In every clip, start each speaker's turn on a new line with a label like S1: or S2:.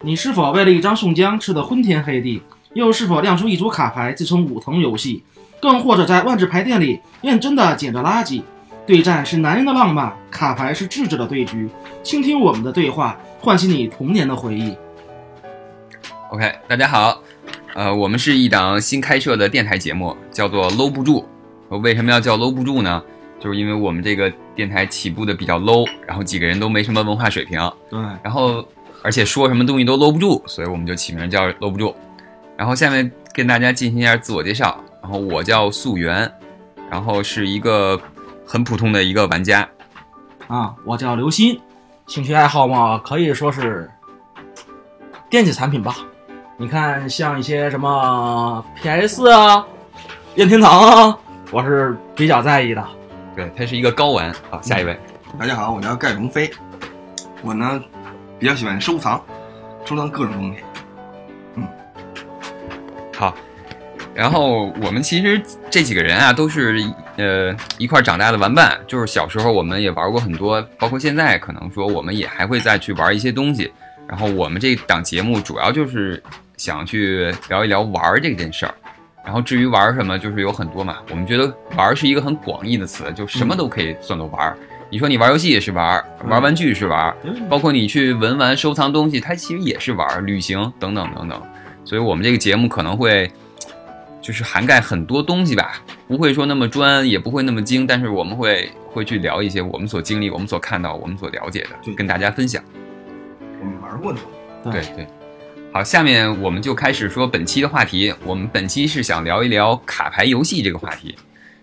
S1: 你是否为了一张宋江吃得昏天黑地？又是否亮出一组卡牌自称五同游戏？更或者在万智牌店里认真的捡着垃圾？对战是男人的浪漫，卡牌是智者的对局。倾听我们的对话，唤起你童年的回忆。
S2: OK，大家好，呃，我们是一档新开设的电台节目，叫做《搂不住》。呃为什么要叫搂不住呢？就是因为我们这个电台起步的比较 low，然后几个人都没什么文化水平，
S1: 对，
S2: 然后而且说什么东西都搂不住，所以我们就起名叫搂不住。然后下面跟大家进行一下自我介绍，然后我叫素媛，然后是一个很普通的一个玩家，
S1: 啊，我叫刘鑫，
S3: 兴趣爱好嘛，可以说是电子产品吧。你看，像一些什么 PS 啊、任天堂啊，我是比较在意的。
S2: 对他是一个高玩。好，下一位，
S4: 大家好，我叫盖荣飞，我呢比较喜欢收藏，收藏各种东西。
S2: 好。然后我们其实这几个人啊，都是呃一块儿长大的玩伴，就是小时候我们也玩过很多，包括现在可能说我们也还会再去玩一些东西。然后我们这档节目主要就是想去聊一聊玩儿这件事儿。然后至于玩儿什么，就是有很多嘛。我们觉得玩儿是一个很广义的词，就什么都可以算作玩儿。你说你玩儿游戏也是玩儿，玩儿玩具是玩儿，
S1: 嗯
S2: 包括你去文玩、收藏东西，它其实也是玩儿，旅行等等等等。所以我们这个节目可能会就是涵盖很多东西吧，不会说那么专，也不会那么精，但是我们会会去聊一些我们所经历、我们所看到、我们所了解的，
S4: 对
S2: 跟大家分享。
S4: 我们玩过的，
S1: 对
S2: 对对。好，下面我们就开始说本期的话题。我们本期是想聊一聊卡牌游戏这个话题。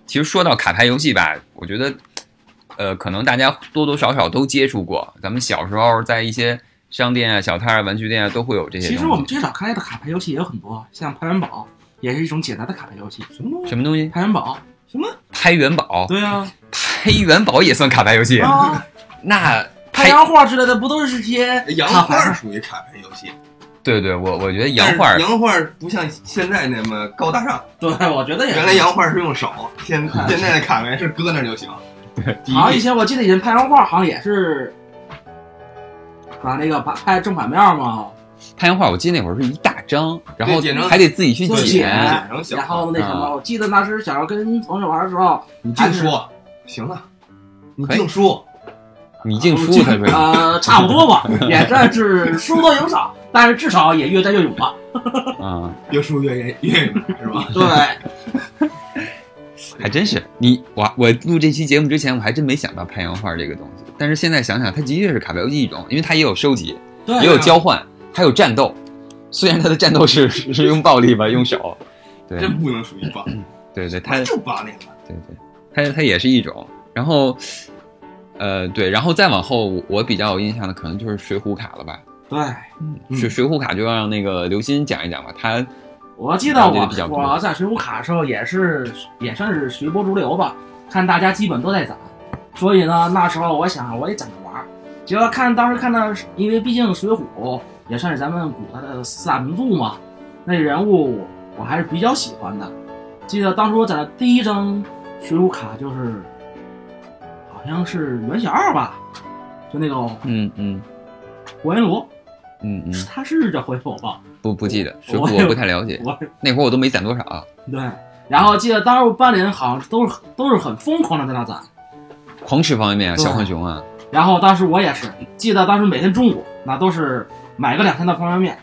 S2: 其实说到卡牌游戏吧，我觉得，呃，可能大家多多少少都接触过。咱们小时候在一些商店啊、小摊儿、玩具店啊，都会有这些东
S1: 其
S2: 西。
S1: 实我们最早开的卡牌游戏也有很多，像排元宝也是一种简单的卡牌游戏。什么东
S2: 什？么东西？
S1: 排元宝？
S2: 拍元宝，
S1: 对啊，
S2: 拍元宝也算卡牌游戏。
S1: 啊，
S2: 那
S1: 太阳画之类的不都是些
S4: 洋
S1: 卡
S4: 画
S1: 牌
S4: 儿
S1: 吗？
S4: 属于卡牌游戏，
S2: 对对，我我觉得
S4: 但
S2: 洋
S4: 是
S2: 画儿
S4: 洋画儿不像现在那么高大上。
S1: 对，我觉得也是
S4: 原来洋画儿是用手， 现
S1: 看
S4: 现在的卡牌是搁那儿就行。
S1: 好像以前我记得以前拍洋画好像也是把那个把拍正反面嘛，
S2: 拍洋画儿，我记得那会儿是一大张，然后
S4: 对剪成
S2: 还得自己去
S1: 自己
S2: 剪
S1: 剪。
S4: 然后
S1: 然
S4: 小，
S1: 后那什么，
S2: 啊
S1: 我记得当时小时候跟同学玩的时候，
S4: 你净说，行了，你
S2: 可以
S4: 净说，
S2: 你净
S1: 啊我
S2: 输
S1: 记
S2: 他是
S1: 得呃差不多吧，也算是输多赢少，但是至少也越战越勇了。
S2: 嗯，
S4: 越输越越越 勇是吧？
S1: 对，
S2: 还真是你我我录这期节目之前，我还真没想到拍洋画儿这个东西，但是现在想想，它的确是卡牌游戏一种，因为它也有收集，
S1: 对，啊
S2: 也有交换，还有战斗。虽然它的战斗是是用暴力吧，用手，对
S4: 真不能属于棒，
S2: 对对，它
S4: 就八那个。
S2: 对对，它它也是一种。然后，呃，对，然后再往后，我我比较有印象的可能就是水浒卡了吧？
S1: 对。
S3: 嗯
S2: 水水浒卡就让那个刘鑫讲一讲吧，他
S1: 我记得
S2: 了解
S1: 我
S2: 得比较多
S1: 我在水浒卡的时候也是也算是随波逐流吧，看大家基本都在攒，所以呢那时候我想我也攒着玩儿，结果看当时看到，因为毕竟水浒也算是咱们古代的四大名著嘛，那人物我还是比较喜欢的。记得当初我攒的第一张水浒卡就是，好像是袁小二吧，就那个
S2: 嗯嗯
S1: 火云罗，
S2: 嗯嗯，
S1: 他是叫火云罗吧？
S2: 不不记得水
S1: 我
S2: 浒我不太了解，
S1: 我
S2: 那会儿我都没攒多少。啊
S1: 对，然后记得当时我班里人好像都是都是很疯狂的在那攒，
S2: 狂吃方便面啊，
S1: 对
S2: 小浣熊啊，
S1: 然后当时我也是，记得当时每天中午那都是买个两三袋方便面，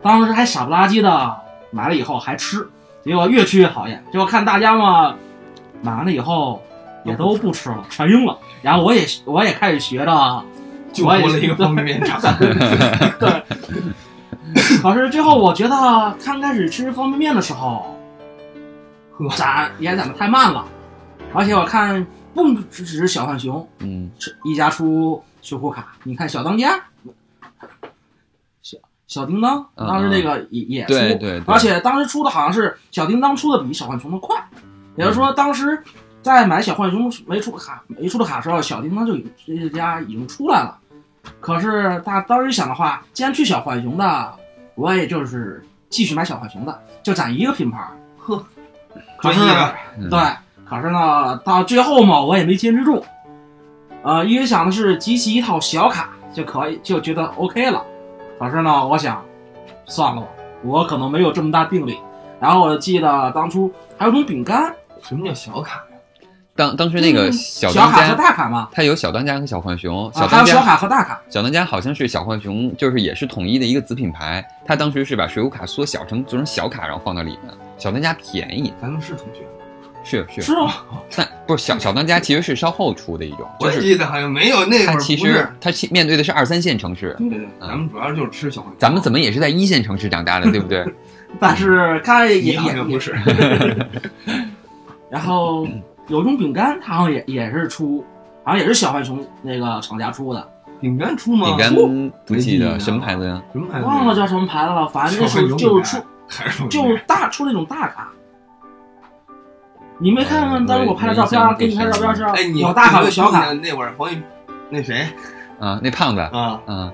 S1: 当时还傻不拉几的买了以后还吃，结果越吃越讨厌，结果看大家嘛买完了以后也都不吃了，全扔了，然后我也我也开始学着。
S4: 就
S1: 我也
S4: 多了一个方便面 厂，
S1: 对，可是最后我觉得刚开始吃方便面的时候，攒也攒的太慢了，而且我看不只是小浣熊
S2: 嗯，
S1: 一家出水浒卡，你看小当家、小小叮当，
S2: 嗯
S1: 当时那个也也出，
S2: 对对对
S1: 而且当时出的好像是小叮当出的比小浣熊的快，也就是
S2: 嗯
S1: 说当时在买小浣熊没出卡没出的卡的时候，小叮当就已这家已经出来了。可是他当时想的话，既然去小浣熊的，我也就是继续买小浣熊的，就攒一个品牌儿。呵，可
S4: 专
S1: 是
S4: 业啊
S2: 嗯
S1: 对，可是呢，到最后嘛，我也没坚持住。呃，因为想的是集齐一套小卡就可以，就觉得 OK 了。可是呢，我想，算了吧，我可能没有这么大定力。然后我记得当初还有种饼干，
S4: 什么叫小卡呀？
S2: 当当时那个小
S1: 嗯小
S2: 当
S1: 卡和
S2: 家，
S1: 大卡嘛，
S2: 他有小当家和小浣熊，
S1: 啊，
S2: 小
S1: 还有
S2: 当
S1: 小
S2: 家
S1: 卡和大卡，
S2: 小当家好像是小浣熊，就是也是统一的一个子品牌。他当时是把水浒卡缩小成做成小卡，然后放到里面。小当家便宜，
S4: 咱们是同学，
S2: 是是，
S1: 是吗？
S2: 但不是小小当家其实是稍后出的一种，就
S4: 我也
S2: 是
S4: 记得好像没有那会
S2: 它
S4: 儿不
S2: 其
S4: 是
S2: 实。它其面对的是二三线城市，
S4: 对对对，咱们主要就是吃小浣熊。
S2: 咱们怎
S4: 么
S2: 么也是在一线城市长大的，对不对？
S1: 但是
S2: 嗯
S1: 看也
S4: 也
S1: 也
S4: 好像不是？
S1: 然后
S2: 嗯
S1: 有种饼干，它好像也也是出，好像也是小浣熊那个厂家出的，
S4: 饼干出吗？
S2: 饼干
S4: 出
S1: 哦
S2: 不记得什么牌子呀？
S4: 什么牌子？
S1: 忘了叫什么牌子了，反正
S4: 小
S1: 就是
S4: 浣熊
S1: 就
S4: 饼
S1: 是出
S4: 干还是
S1: 就是大出那种大卡。你没看
S2: 嗯
S1: 看当时我拍的照
S2: 我也
S1: 片，啊给你拍的照片
S4: 哎，
S1: 是
S4: 你
S1: 有大卡有小卡，
S4: 你那会儿黄玉，那谁
S2: 啊，那胖子，
S4: 啊，
S2: 啊，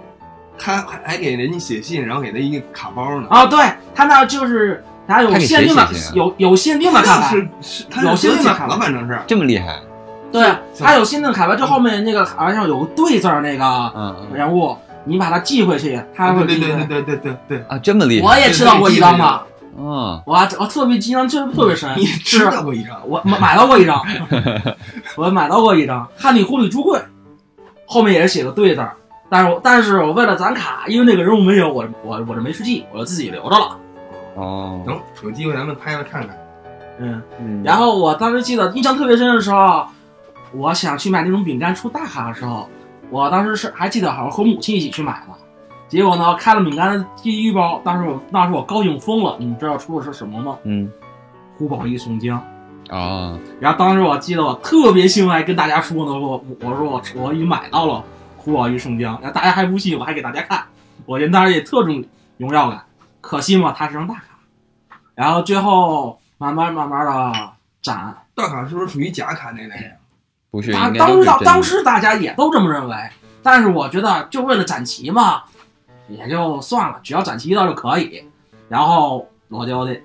S4: 他还还给人家写信，然后给他一个卡包呢。
S1: 啊，对，他那就是他有
S2: 他给谁
S1: 限定的
S2: 写信啊，
S1: 有有限定的卡
S4: 他
S1: 牌，
S4: 是是，他
S1: 有
S4: 是
S1: 些
S4: 得
S1: 地方卡
S4: 奖了，
S1: 吧
S4: 反正是。
S2: 这么厉害，
S1: 对，
S4: 是
S1: 他有限定的卡牌，就后面那个卡牌上有个对字儿那个
S2: 嗯嗯
S1: 人物，你把它寄回去，他会
S4: 对
S1: 给
S4: 对
S1: 你
S4: 对对对对对
S1: 嗯
S4: 对，
S2: 啊，这么厉
S1: 我
S2: 害，
S1: 也吃到过一张吧，
S2: 嗯，
S1: 我我特别记得特别特别深，
S4: 你吃
S1: 是
S4: 到过一张？
S1: 我买买到过一张，我买到过一张汉尼狐狸朱贵，后面也是写个对字儿，但是我但是我为了攒卡，因为那个人物没有，我我我这没吃记，我就自己留着了。
S2: 哦，
S4: 能有机会咱们拍拍看看。
S1: 嗯，
S2: 嗯
S1: 然后我当时记得印象特别深的时候，我想去买那种饼干出大卡的时候，我当时是还记得好像和母亲一起去买的。结果呢，开了饼干的第一包，当时我当时我高兴疯了。你们知道出的是什么吗？
S2: 嗯，
S1: 胡宝一松江。
S2: 哦，
S1: 然后当时我记得我特别兴奋，还跟大家说呢，我我说我我已经买到了胡宝一生姜，然后大家还不信，我还给大家看，我觉得当时也特种荣耀感。可惜嘛，它是张大卡，然后最后慢慢慢慢的展，
S4: 大卡是不是属于假卡那类啊？
S2: 不是，
S1: 当
S2: 应该
S1: 当
S2: 都
S1: 时
S2: 是
S1: 当
S2: 真
S1: 当时大家也都这么认为，但是我觉得就为了展旗嘛，也就算了，只要展旗到就可以。然后我就得，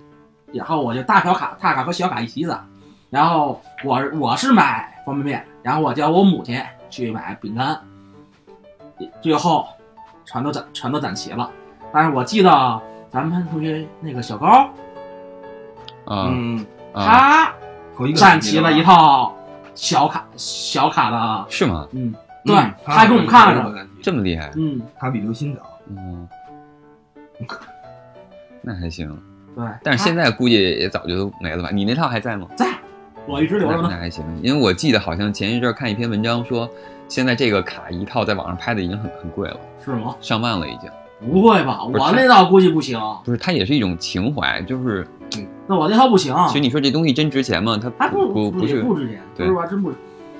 S1: 然后我就大小卡、大卡和小卡一起攒。然后我我是买方便面，然后我叫我母亲去买饼干，最后全都攒全都攒齐了。但是我记得咱们班同学那个小高，
S2: 啊
S4: 嗯，
S2: 啊，
S1: 他
S4: 头一个
S1: 攒齐了一
S4: 你知道吧，
S1: 套小卡小卡的，
S2: 是吗？
S1: 嗯，对，
S4: 嗯
S1: 他还给我们看了。，
S2: 这么厉害，
S1: 嗯，
S4: 他比刘鑫早。
S2: 嗯，那还行，
S1: 嗯对。
S2: 但是现
S1: 在
S2: 在估计也早就没了吧？你那套还在吗？
S1: 我一直留着
S2: 那
S1: 呢
S2: 那。还行，因为我记得好像前一阵儿看一篇文章说，现在这个卡一套在网上拍的已经很很贵了，
S1: 是吗？
S2: 上万了已经。
S1: 不会吧？
S2: 嗯不是
S1: 我那套估计不行，
S2: 不是，它也是一种情怀，就是
S1: 那我那套不行。
S2: 其实你说这东西真值钱吗？它
S1: 还
S2: 不
S1: 啊不
S2: 不
S1: 也
S2: 是
S1: 不值钱，
S2: 对
S1: 说实话真不值。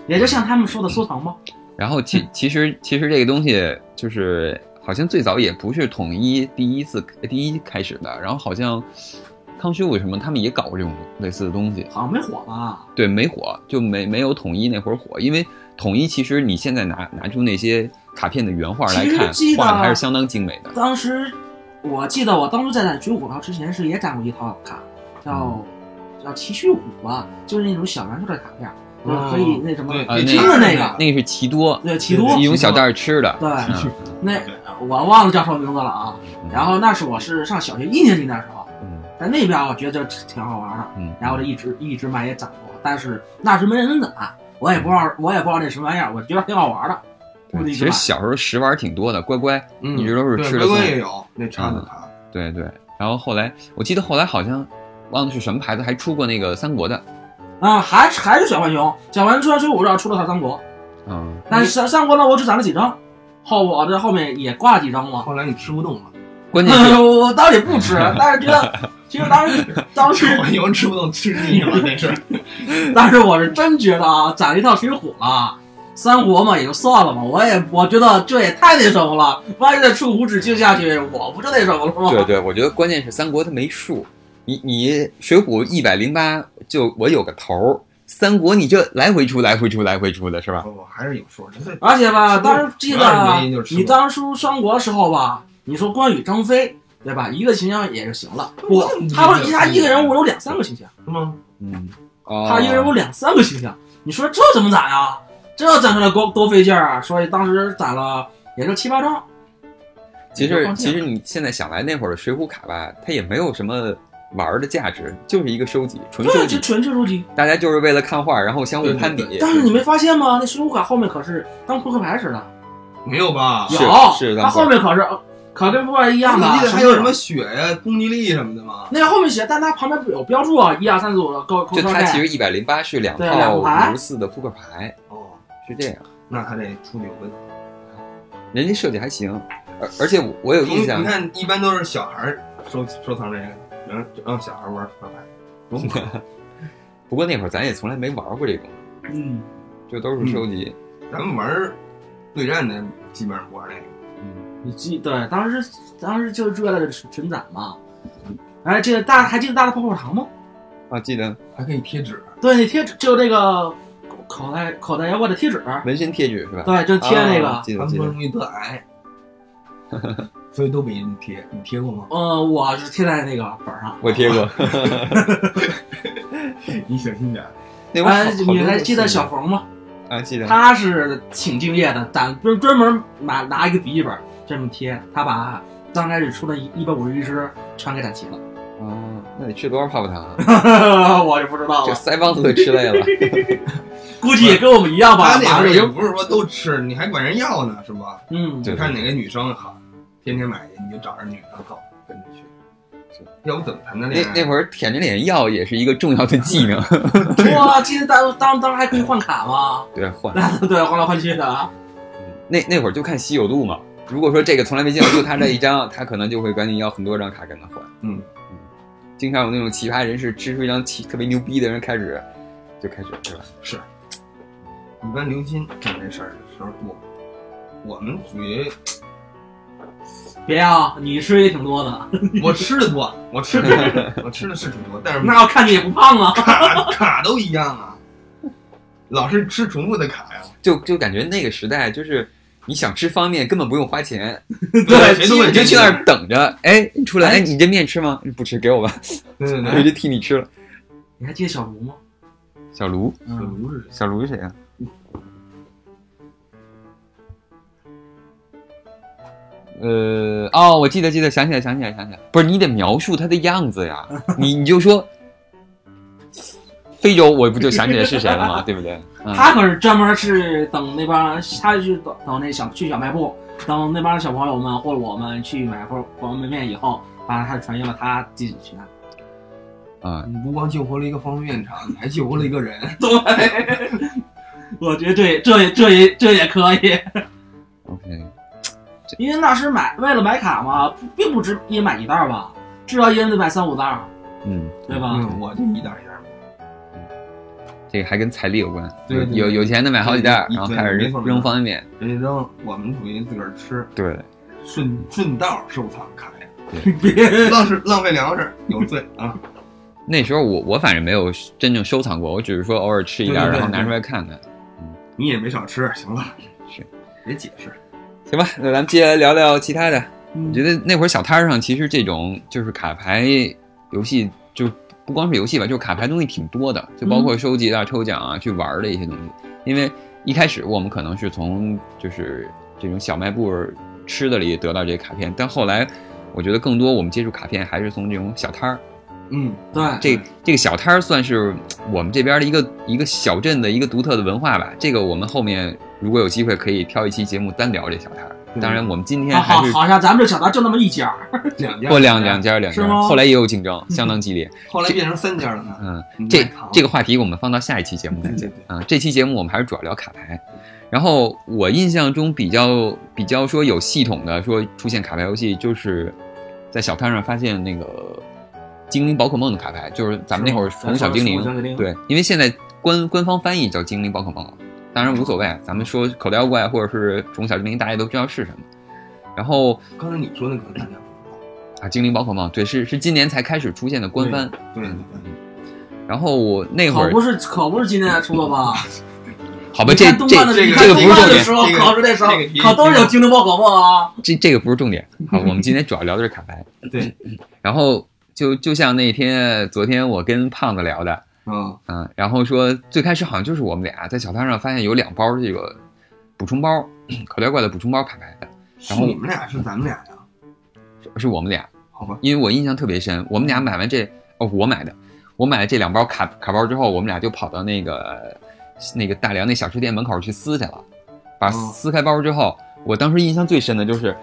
S1: 也就像他们说的收藏吧。
S2: 然 后其其实其实这个东西就是好像最早也不是统一第一次第一开始的，然后好像康师傅什么他们也搞过这种类似的东西，
S1: 好像没火吧？
S2: 对，没火就没没有统一那会儿火，因为统一其实你现在拿拿出那些卡片的原画来
S1: 其实
S2: 看
S1: 记，得
S2: 画的还是相当精美的。
S1: 当时我记得我当初在攒水浒号之前是也攒过一套卡，叫
S2: 嗯
S1: 叫奇趣虎吧，就是那种小圆球的卡片，就是可以那什么
S4: 对，
S2: 啊
S4: 这
S2: 那
S4: 真
S1: 个
S4: 的
S1: 那个
S2: 那个是奇多，
S1: 对奇多
S2: 一种小袋儿吃的。
S1: 对
S2: 嗯
S1: 那我忘了叫什么名字了啊。然后那是我是上小学一年级那时候，
S2: 嗯
S1: 在那边啊我觉得就挺好玩的。
S2: 嗯，
S1: 然后就一直一直买也攒过，但是那时没人攒，我也不知道我也不知道那什么玩意儿，我觉得挺好玩的，
S2: 对
S1: 我就一直
S2: 其实
S1: 买。
S2: 小时候食玩儿挺多的，乖乖，
S4: 嗯
S2: 一直都是
S4: 对
S2: 吃的嗯
S4: 乖乖
S2: 送
S4: 也有那叉子卡，
S2: 对对。然后后来我记得后来好像忘了是什么牌子，还出过那个三国的，
S1: 啊，还是还是小浣熊，小浣熊水浒这出了套三国，
S2: 嗯，
S1: 但是三三国呢，我只攒了几张，后我这后面也挂了几张嘛。
S4: 后来你吃不动了，
S2: 关键是
S1: 嗯 我我倒也不 吃，但是觉得，其实当时当时
S4: 我以后吃不动吃腻了那是。
S1: 但是我是真觉得啊，攒了一套水浒了，三国嘛也就算了嘛，我也我觉得这也太那什么了，万一再出无止境下去，我不就那什么了吗？
S2: 对对，我觉得关键是三国它没数，你你水浒一百零八就我有个头儿，三国你这来回出来回出来回出的是吧？
S4: 哦我还是有数，这
S1: 而且吧，当时记
S4: 主要是
S1: 得
S4: 原因就是吃
S1: 你当初三国的时候吧，你说关羽、张飞，对吧？一个形象也就行了。不，他不是他一个人物有两三个形象，
S4: 是吗？
S2: 嗯，
S1: 他一个人物两三个形象，你说这怎么攒呀？啊这攒出来多多费劲儿啊！所以当时攒了也就七八张，
S2: 其
S1: 你就
S2: 实
S1: 放弃
S2: 其
S1: 了
S2: 实你现在想来那会儿的水浒卡吧，它也没有什么玩儿的价值，就是一个收集，纯收
S1: 对，
S2: 集
S1: 就，纯吃手机。
S2: 大家就是为了看画，然后相互攀比。
S1: 但是你没发现吗？那水浒卡后面可是当扑克牌使的，
S4: 没有吧？
S2: 是是
S1: 有，
S2: 的
S1: 它后面可是可跟扑克牌一样的。啊
S4: 你记得还有什么雪呀、攻击力什么的吗？
S1: 那个后面写，但它旁边有标注啊，一二三四五的高
S2: 就
S1: 高
S2: 它
S1: 盖。
S2: 其实一百零八是两
S1: 对两
S2: 套
S1: 个牌
S2: 无四的扑克牌，
S4: 哦，
S2: 是这样，
S4: 那他得出牛了。
S2: 人家设计还行，而而且我我有印象
S4: 你，看，一般都是小孩儿收收藏这个，然后就让小孩玩儿，玩儿
S2: 不过那会儿咱也从来没玩过这种，
S1: 嗯，
S2: 就都是收集。
S4: 咱们玩儿对战的基本上不玩儿那个。
S1: 你记对，当时当时就是为了纯展嘛。哎，这个大还记得大的泡泡糖吗？
S2: 啊，记得
S4: 还可以贴纸，啊
S1: 对，那贴纸就那个口袋口袋妖怪的贴纸，
S2: 纹身贴纸是吧？
S1: 对，就贴那
S2: 啊
S1: 个。
S2: 记
S4: 他
S2: 得
S4: 们
S2: 记
S4: 说
S2: 得。
S4: 容易得 癌，所以都没人贴。你 贴过吗？
S1: 呃，我是贴在那个本儿上。
S2: 我 贴过，
S4: 你小心点儿。
S2: 那会儿
S1: 哎
S2: 好，
S1: 你还记得小冯吗？
S2: 啊？记得
S1: 他是挺敬业的，咱专专门拿拿一个笔记本这么贴，他把刚开始出的一百五十一只全给展齐了。
S2: 啊，那得吃多少泡泡糖啊？
S1: 我就不知道
S2: 这
S1: 了，
S2: 腮帮子都吃累了。
S1: 估计也跟我们一样吧。
S4: 他那
S1: 马
S4: 会儿
S1: 上
S4: 也
S1: 就
S4: 不是说都吃，你还管人要呢，是吧？
S1: 嗯，
S2: 对
S4: 你看哪个女生好，天天买去，你就找着女生好跟着去
S2: 是，
S4: 要不怎么谈的
S2: 那
S4: 恋
S2: 那
S4: 爱？啊
S2: 会儿舔着脸要也是一个重要的技能。
S1: 哇，记得当当当时还可以换卡吗？
S2: 对，换
S1: 对，换来换去的。啊
S2: 那那会儿就看稀有度嘛。如果说这个从来没见过，就他这一张，他可能就会赶紧要很多张卡跟他换。
S4: 嗯
S2: 嗯，经常有那种奇葩人士吃出一张奇特别牛逼的人开始，就开始是吧？
S4: 一般刘鑫干这事儿的时候多，我们属于
S1: 别啊，你吃也挺多的，
S4: 我吃的多，我吃的多我吃的是挺多，但是
S1: 那我看你也不胖啊。
S4: 卡卡都一样啊，老是吃重复的卡呀。
S2: 就就感觉那个时代就是。你想吃方便，根本不用花钱，
S4: 谁都
S2: 因为
S4: 会
S2: 你就去那
S4: 吃
S2: 儿等着。哎，你出来，哎，你这面吃吗？不吃，给我吧，
S4: 对对
S2: 我
S4: 对，
S2: 就替你吃了。
S1: 你还记得小卢吗？
S2: 小卢，
S1: 嗯，
S4: 不是
S2: 小卢是谁啊？呃，哦，我记得，记得，想起来，想起来，想起来，不是你得描述他的样子 呀，你你就说非洲，我不就想起来是谁了吗？对不对？嗯，
S1: 他可是专门是等那帮，他去等等那小去小卖部，等那帮小朋友们或者我们去买或者方便面以后，把他的传销把他自己去拿。
S2: 啊、
S4: 你不光救活了一个方便面厂，你还救活了一个人。
S1: 对，我觉得这也这也这也这也可以，
S2: o k
S1: 因为那时买为了买卡嘛，不并不止一人买一袋儿吧，至少一人得买三五袋儿，
S2: 嗯，
S1: 对吧？
S4: 嗯，我就一袋一袋买。
S2: 这个还跟财力有关，
S4: 对
S2: 有
S4: 对
S2: 有有钱的买好几袋儿，
S4: 对
S2: 然后开始
S4: 没
S2: 扔
S4: 错没错
S2: 扔方便面，
S4: 人家扔，我们属于自个儿吃，
S2: 对，
S4: 顺顺道收藏卡呀，
S1: 别
S4: 浪是浪费粮食有罪啊！
S2: 那时候我我反正没有真正收藏过，我只是说偶尔吃一袋儿，
S4: 对对对
S2: 然后拿出来看看。
S4: 你也没少吃，行了，
S2: 是，
S4: 别解释。
S2: 行吧，那咱们接下来聊聊其他的。
S1: 嗯
S2: 我觉得那会儿小摊儿上其实这种就是卡牌游戏，就不光是游戏吧，就是卡牌东西挺多的，就包括
S4: 嗯
S2: 收集啊、抽奖啊、去玩儿的一些东西。因为一开始我们可能是从就是这种小卖部儿吃的里得到这些卡片，但后来我觉得更多我们接触卡片还是从这种小摊儿。
S4: 嗯，
S1: 对，
S2: 这这个小摊儿算是我们这边儿的一个一个小镇的一个独特的文化吧。这个我们后面如果有机会可以挑一期节目单聊这小摊儿。
S4: 嗯
S2: 当然，我们今天
S1: 好好
S2: 还是
S1: 好像咱们这小摊就那么一家儿，
S4: 两家
S2: 过两两，家两
S1: 是
S2: 家，
S1: 吗嗯
S2: 后来也有竞争，相当激烈。
S4: 后来变成三家了呢。
S2: 嗯，
S4: 你
S2: 这
S4: 卖糖
S2: 这个话题我们放到下一期节目再
S4: 对
S2: 讲
S4: 对
S2: 啊。这期节目我们还是主要聊卡牌。然后我印象中比较比较说有系统的说出现卡牌游戏，就是在小摊上发现那个精灵宝可梦的卡牌，就是咱们那会儿
S1: 是吗
S2: 宠物小精
S1: 咱们宠物小精
S2: 灵，
S1: 灵
S2: 对，因为现在官官方翻译叫精灵宝可梦了，当然无所谓，咱们说口袋妖怪或者是宠物小精灵，大家都知道是什么。然后
S4: 刚才你说那可能大家不知
S2: 啊，精灵宝可梦，对，是是今年才开始出现的官方。
S4: 道。对对对，
S2: 然后我那会
S1: 可
S2: 儿
S1: 不，是可不是今天才出的吧？
S2: 好吧，
S1: 你
S2: 这
S1: 看动
S2: 这
S1: 漫的
S4: 这
S1: 你
S4: 个
S1: 看
S2: 这个不
S1: 动漫
S2: 是重
S1: 的
S2: 点，
S1: 时候，
S4: 这个
S1: 可是那时候
S4: 这个题
S1: 可都是有精灵宝可梦啊。
S2: 这这个不是重点。好，我们今 天主要聊的是卡牌。
S4: 对，
S2: 然后就就像那天昨天我跟胖子聊的，
S4: 嗯，
S2: 嗯，然后说最开始好像就是我们俩在小摊上发现有两 包这个补充包，口袋怪的补充包卡牌的。
S4: 是
S2: 然后
S4: 你们俩是咱们俩呀？
S2: 是我们俩，
S4: 好吧，嗯
S2: 因为我印象特别深，我们俩买完这哦，我买的，我买了这两包卡卡包之后，我们俩就跑到那个那个大梁那小吃店门口去撕去了。把
S4: 哦
S2: 撕开包之后，我当时印象最深的就是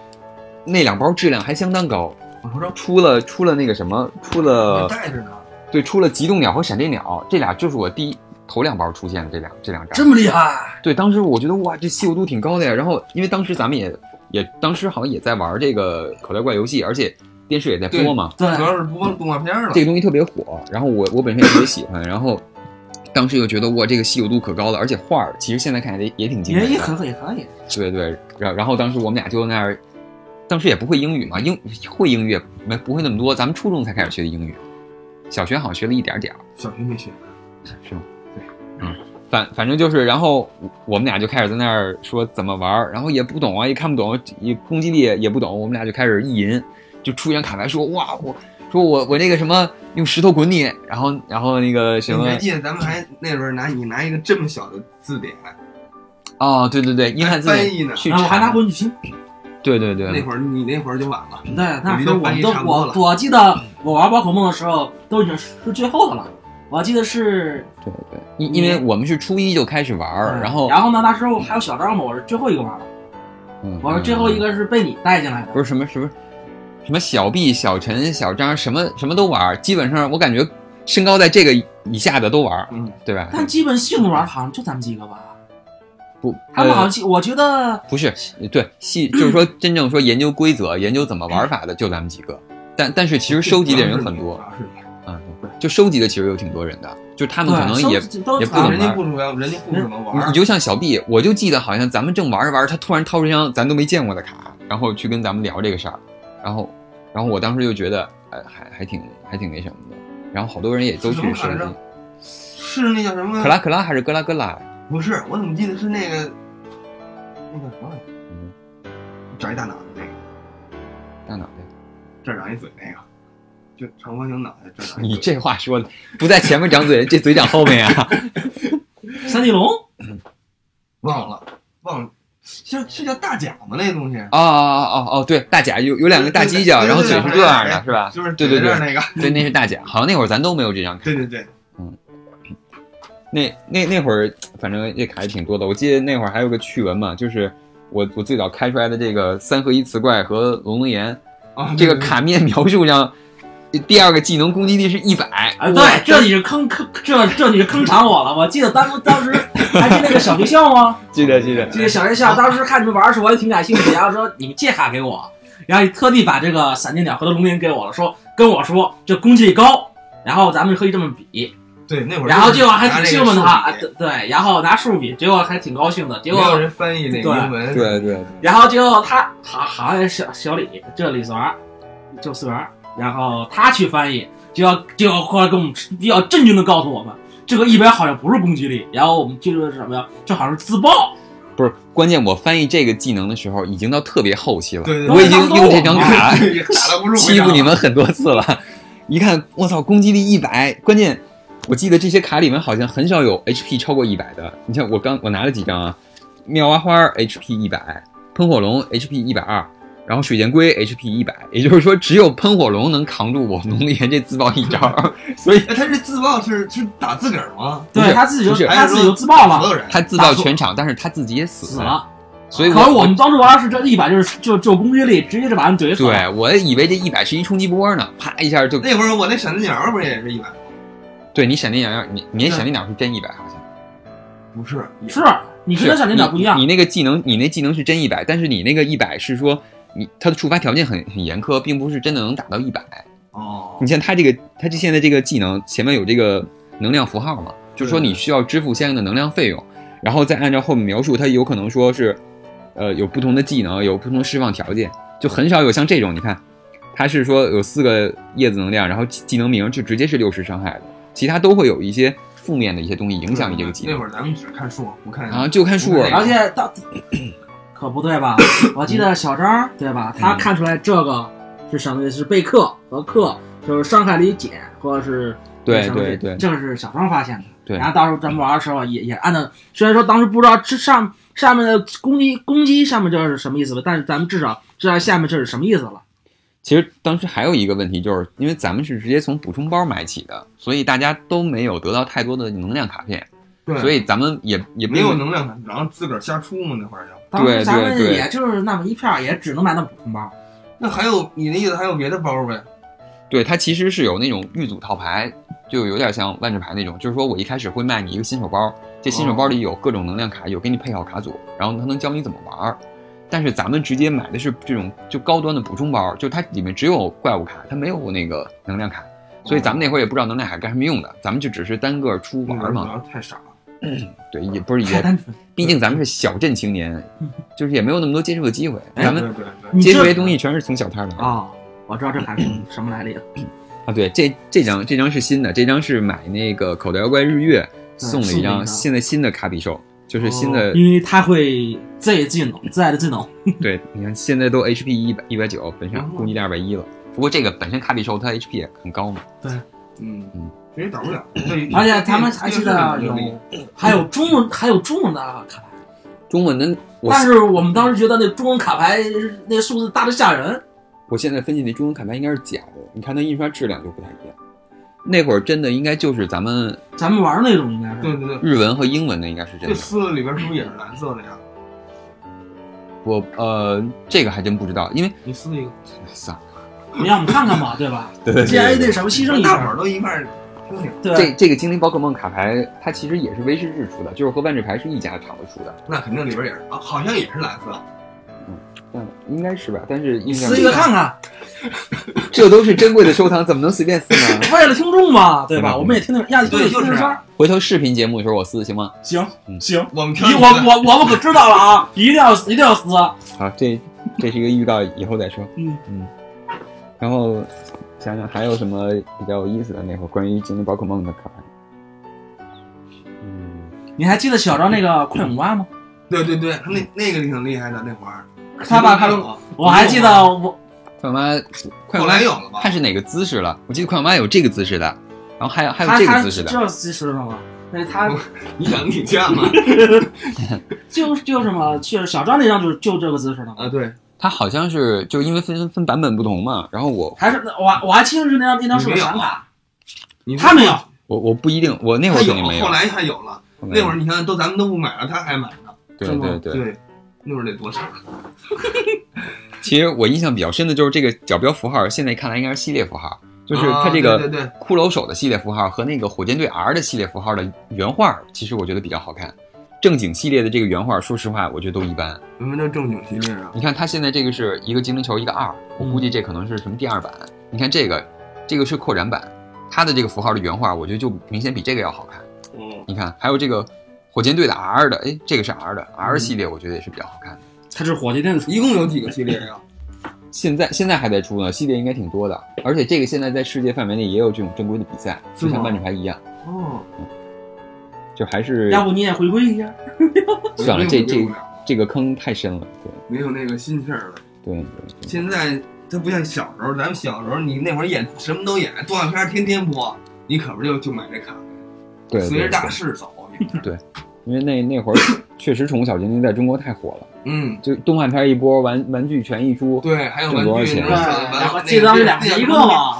S2: 那两包质量还相当高，
S4: 我说这
S2: 出了出了那个什么，出了
S4: 我带着呢，
S2: 对，出了极冻鸟和闪电鸟，这俩就是我第一头两包出现的这两这两张。
S4: 这么厉害，
S2: 对，当时我觉得哇，这稀有度挺高的呀。然后因为当时咱们也也当时好像也在玩这个口袋怪游戏，而且电视也在播
S4: 对
S2: 嘛，
S1: 对
S4: 主要是播动画片了
S2: 哎这，个东西特别火。然后我我本身也特别喜欢，然后当时就觉得哇，这个稀有度可高了，而且画儿其实现在看也也挺精美
S1: 也
S2: 的。
S1: 也可也可以，
S2: 对对，然然后当时我们俩就在那儿，当时也不会英语嘛，英会英语也没不会那么多，咱们初中才开始学的英语，小学好像学了一点点儿，
S4: 小学没学，
S2: 是吗？对，嗯，反反正就是，然后我我们俩就开始在那儿说怎么玩儿，然后也不懂啊，也看不懂，也攻击力也也不懂，我们俩就开始意淫，就出言卡牌说哇我。说我我这个什么用石头滚你，然后然后那个什
S4: 你
S2: 么
S4: 还记得咱们还那时候拿你拿一个这么小的字典，
S2: 哦对对对，英汉字典
S4: 翻译呢
S2: 去
S1: 然后我啊还
S2: 查
S1: 拿过去听。
S2: 对对对，
S4: 那会儿你那会儿就晚了，
S1: 对，那
S4: 离
S1: 时候
S4: 那
S1: 我
S4: 翻
S1: 们
S4: 译
S1: 都
S4: 差不多
S1: 我
S4: 了
S1: 我记得我玩宝可梦的时候都已经是最后的了，我记得是
S2: 对对，因因为我们是初一就开始玩儿，
S1: 嗯
S2: 然后
S1: 然后呢，那时候还有小张嘛，我是最后一个玩的，
S2: 嗯
S1: 我是最后一个是被你带进来的
S2: 不。是什么什么什么小毕、小陈、小张，什么什么都玩儿，基本上我感觉身高在这个以下的都玩儿，
S4: 嗯，
S2: 对吧？
S1: 但基本系统玩好像就咱们几个吧，
S2: 不，
S1: 他们好
S2: 呃
S1: 像记我觉得
S2: 不是对细，就是说真正说研究规则、研究怎么玩法的就咱们几个，但但是其实收集的人很
S4: 主
S2: 多，
S4: 要是你
S2: 嗯，就收集的其实有挺多人的，就是他们可能
S1: 对
S2: 也。
S1: 收都啊
S2: 也
S1: 是
S2: 不怎么
S4: 人家
S2: 玩
S4: 不主要，人家不怎么
S2: 你
S4: 玩
S2: 你，就像小毕，我就记得好像咱们正玩着玩着，他突然掏出一张咱都没见过的卡，然后去跟咱们聊这个事儿，然后，然后我当时就觉得，呃，还还挺还挺那什么的，然后好多人也都去收
S4: 是什么卡来
S2: 集
S4: 着是那叫什么
S2: 克？拉克拉还是格拉格拉，
S4: 不是，我怎么记得是那个那个什么来着？
S2: 嗯，
S4: 长一大脑袋那个，
S2: 大脑袋，
S4: 这儿长一嘴那个，就长方形脑袋，这儿长一
S2: 你
S4: 嘴
S2: 这话说 的不在前面长嘴，这嘴长后面啊，
S1: 三地龙，
S4: 忘了忘了，是是叫大甲吗？那东西
S2: 哦哦哦哦，对，大甲有有两个大犄角，
S4: 对对对
S2: 然后嘴是这样的，
S4: 对
S2: 是吧？
S4: 就是
S2: 对对
S4: 嘴
S2: 对
S4: 上那个，
S2: 对，那是大甲，好像那会儿咱都没有这张卡，
S4: 对对对，
S2: 那那那会儿，反正这卡也挺多的。我记得那会儿还有个趣闻嘛，就是我我最早开出来的这个三合一磁怪和龙龙岩，
S4: 啊，
S2: 这个
S4: 对
S2: 卡面描述上，第二个技能攻击力是一百。
S1: 哎，对，这你是坑坑，这这你是坑馋我了。我记得当时 当时还记得那个小学校吗？
S2: 记得记得。
S1: 记得小学
S4: 啊
S1: 校当时看你们玩的时候，我也挺感兴趣，然后说你们借卡给我，然后你特地把这个闪电鸟和龙鳞给我了，说跟我说这攻击力高，然后咱们可以这么比，
S4: 对那会儿，
S1: 然后结果还挺兴奋的哈，啊
S4: 拿那个
S1: 对对，然后拿数比，结果还挺高兴的，结
S4: 没有
S1: 果
S4: 人翻译那个英 文，
S2: 对对，
S1: 然后结果他好好像小小李这李四元，就四元，然后他去翻译，就要就要过来跟我们比较震惊的告诉我们，这个一百好像不是攻击力，然后我们记住的是什么呀？这好像是自爆，
S2: 不是关键，我翻译这个技能的时候已经到特别后期了，
S4: 对对对
S2: 我已经用这张卡
S4: 对对对打了不是回
S2: 欺
S4: 答
S2: 负你们很多次了。一看，我操，攻击力一百，关键我记得这些卡里面好像很少有 HP 超过一百的。你像我刚我拿了几张啊，妙蛙花 HP 一百，喷火龙 HP 一百二，然后水箭龟 HP 一百，也就是说只有喷火龙能扛住我龙岩这自爆一 招，所以
S4: 哎，他是自爆是是打自个儿吗？
S2: 不是
S1: 对他自己
S2: 不是
S1: 就他自己就自爆了，
S4: 所有人
S2: 他自爆全场，但是他自己也死
S1: 死。了。
S2: 所以
S1: 可是
S2: 我
S1: 我们当时玩的是这一百就是就就攻击力，直接就把人怼死了。
S2: 对我以为这一百是一冲击波呢，啪一下就
S4: 那会儿我那闪电鸟不是也是一百？
S2: 对你闪电鸟，你你那闪电鸟是真一百好像。
S4: 不是，也
S1: 是你跟他闪电鸟不一
S2: 你。
S1: 样
S2: 你，那个技能，你那技能是真一百，但是你那个一百是说你它的触发条件很很严苛，并不是真的能打到一百。
S4: 哦
S2: 你，像它这个，它这现在这个技能前面有这个能量符号嘛，就是说
S4: 对
S2: 你需要支付相应的能量费用，然后再按照后面描述，它有可能说是，呃，有不同的技能，有不同的释放条件，就很少有像这种，你看，它是说有四个叶子能量，然后技技能名就直接是六十伤害的，其他都会有一些负面的一些东西影响你这个技
S4: 那
S2: 能
S4: 会儿咱们只看数，不看
S2: 啊，就看数。
S1: 而且当可不对吧？我记得小张对吧？他
S2: 嗯
S1: 看出来这个是什么？是备课和课，就是伤害理解或者是
S2: 对
S1: 什么
S2: 对对
S1: 这个是小张发现的。
S2: 对
S1: 然后到时候咱们玩的时候也也按照，虽然说当时不知道这上上面的攻击攻击上面这是什么意思吧，但是咱们至少知道下面这是什么意思了。
S2: 其实当时还有一个问题，就是因为咱们是直接从补充包买起的，所以大家都没有得到太多的能量卡片，
S4: 对，
S2: 所以咱们也也
S4: 没有
S2: 并
S4: 能量感，然后自个儿瞎出嘛那会儿就。
S1: 当时
S2: 对
S1: 咱们
S2: 对对
S1: 也就是那么一片儿，也只能买到普通包。
S4: 那还有你的意思还有别的包呗？
S2: 对它其实是有那种预组套牌，就有点像万智牌那种，就是说我一开始会卖你一个新手包，这新手
S4: 哦
S2: 包里有各种能量卡，有给你配好卡组，然后它能教你怎么玩儿。但是咱们直接买的是这种就高端的补充包，就它里面只有怪物卡，它没有那个能量卡，所以咱们那会儿也不知道能量卡干什么用的，咱们就只是单个出玩儿嘛。
S4: 然后太傻了。
S2: 对，也不是
S1: 太
S2: 也，
S1: 单纯，
S2: 毕竟咱们是小镇青年，就是也没有那么多接触的机会，咱们
S4: 哎对对对，
S1: 你
S2: 接触这
S1: 这
S2: 些东西全是从小摊儿来的。
S1: 啊，我知道这卡是什么来历了。
S2: 啊，对，这这张这张是新的，这张是买那个口袋妖怪日月送了一
S1: 送了一
S2: 张
S1: 张
S2: 现在新的卡比兽，就是新的，
S1: 哦因为他会 Z 技能，Z 的技能
S2: 对，你看现在都 HP 一百一百九，本身攻击力二百一了。不过这个本身卡比兽它 HP 也很高嘛，嗯
S4: 嗯，谁也打 不了。对
S1: 而且咱们还记得啊有，嗯还有中文，还有中文的卡牌。
S2: 中文的我
S1: 但是我们当时觉得那中文卡牌那数字大的吓人，
S2: 我现在分析那中文卡牌应该是假的，你看它印刷质量就不太一样。那会儿真的应该就是咱们
S1: 咱们玩那种应该是
S4: 对对对，
S2: 日文和英文的应该是真
S4: 这
S2: 的，
S4: 撕的里边是不是也是蓝色的呀？
S2: 我呃这个还真不知道，因为
S4: 你撕一个，
S2: 算了，
S1: 你让我们看看吧，对吧？
S2: 对对
S1: 既然也得什么牺牲一
S4: 大伙
S1: 下，
S4: 儿都一块儿听听，
S2: 这
S1: 对，
S2: 这个精灵宝可梦卡牌，它其实也是威士忌出的，就是和万智牌是一家厂子出的，
S4: 那肯定里边也是，啊好像也是蓝色。
S2: 嗯，应该是吧？但是印象
S1: 撕一个看看，
S2: 这都是珍贵的收藏，怎么能随便撕呢？
S1: 为了听众嘛，对吧？
S2: 嗯
S1: 我们也听听，让你听
S4: 对
S1: 听
S4: 就是
S1: 声儿。
S2: 回头视频节目的时候我撕行吗？
S1: 行
S2: 嗯
S1: 行，
S4: 我们挑
S1: 你我我我们可知道了啊，一定要一定要撕。
S2: 好，这这是一个预告，以后再说。
S1: 嗯
S2: 嗯，然后想想还有什么比较有意思的那会儿关于精灵宝可梦的卡牌。嗯，
S1: 你还记得小张那个快母蛙吗？
S4: 对对对，他那那个挺厉害的那会儿。
S1: 他把他
S4: 有，
S1: 我还记得我
S2: 快妈，快
S4: 后
S2: 妈
S4: 来有了吧
S2: 看？是哪个姿势了？我记得快妈有这个姿势的，然后还有还
S1: 他
S2: 有这
S1: 他
S2: 个姿势
S1: 知
S2: 的。
S1: 道其实了吗？那他
S4: 你想你这 样吗？
S1: 就是就是嘛，确实小张那张就是就这个姿势的嘛。
S4: 啊，对，
S2: 它好像是就因为分分版本不同嘛，然后我
S1: 还是我我还记得是那张那张是个闪卡，
S4: 你
S1: 他没有，
S2: 我我不一定，我那会
S4: 他
S2: 儿肯定没
S4: 有，
S2: 有
S4: 后。来他有了。
S1: 嗯
S2: 后来
S4: 那会儿你看，都咱们都不买了，他还买呢。
S2: 对
S1: 是吗
S2: 对对，
S4: 对，那会儿得多傻。
S2: 其实我印象比较深的就是这个角标符号，现在看来应该是系列符号，就是
S4: 啊
S2: 它这个
S4: 对对对，
S2: 骷髅手的系列符号和那个火箭队 R 的系列符号的原画，其实我觉得比较好看。正经系列的这个原画，说实话，我觉得都一般。
S4: 我们这正经系列啊。
S2: 你看它现在这个是一个精灵球，一个二，
S4: 嗯
S2: 我估计这可能是什么第二版。你看这个，这个是扩展版，它的这个符号的原画，我觉得就明显比这个要好看。
S4: 嗯，
S2: 你看，还有这个火箭队的 R 的，哎，这个是 R 的 R 系列，我觉得也是比较好看的。
S1: 他是火箭队的
S4: 一共有几个系列呀？
S2: 现在现在还在出呢，系列应该挺多的，而且这个现在在世界范围内也有这种正规的比赛，
S4: 是
S2: 就
S4: 吗
S2: 像万智牌一样，
S4: 哦，
S2: 就还是
S1: 要不你也回归一下？
S2: 算了，
S4: 没
S2: 这
S4: 有没
S2: 这
S4: 有
S2: 这个坑太深了，对
S4: 没有那个心气儿了。
S2: 对
S4: 现在它不像小时候，咱们小时候你那会儿演什么都演，动画片儿天天播，你可不就就买这卡，
S2: 对对
S4: 随着
S2: 对，
S4: 大势走。
S2: 因为那那会儿 确实宠物小精灵在中国太火了，
S4: 嗯，
S2: 就动画片一波，玩玩具全一出，
S4: 对，还有
S2: 挣多
S4: 玩
S2: 少
S4: 具，
S2: 钱
S4: 那
S2: 对
S4: 种小的
S1: 啊然后
S4: 玩具，
S1: 这张是两个一个嘛，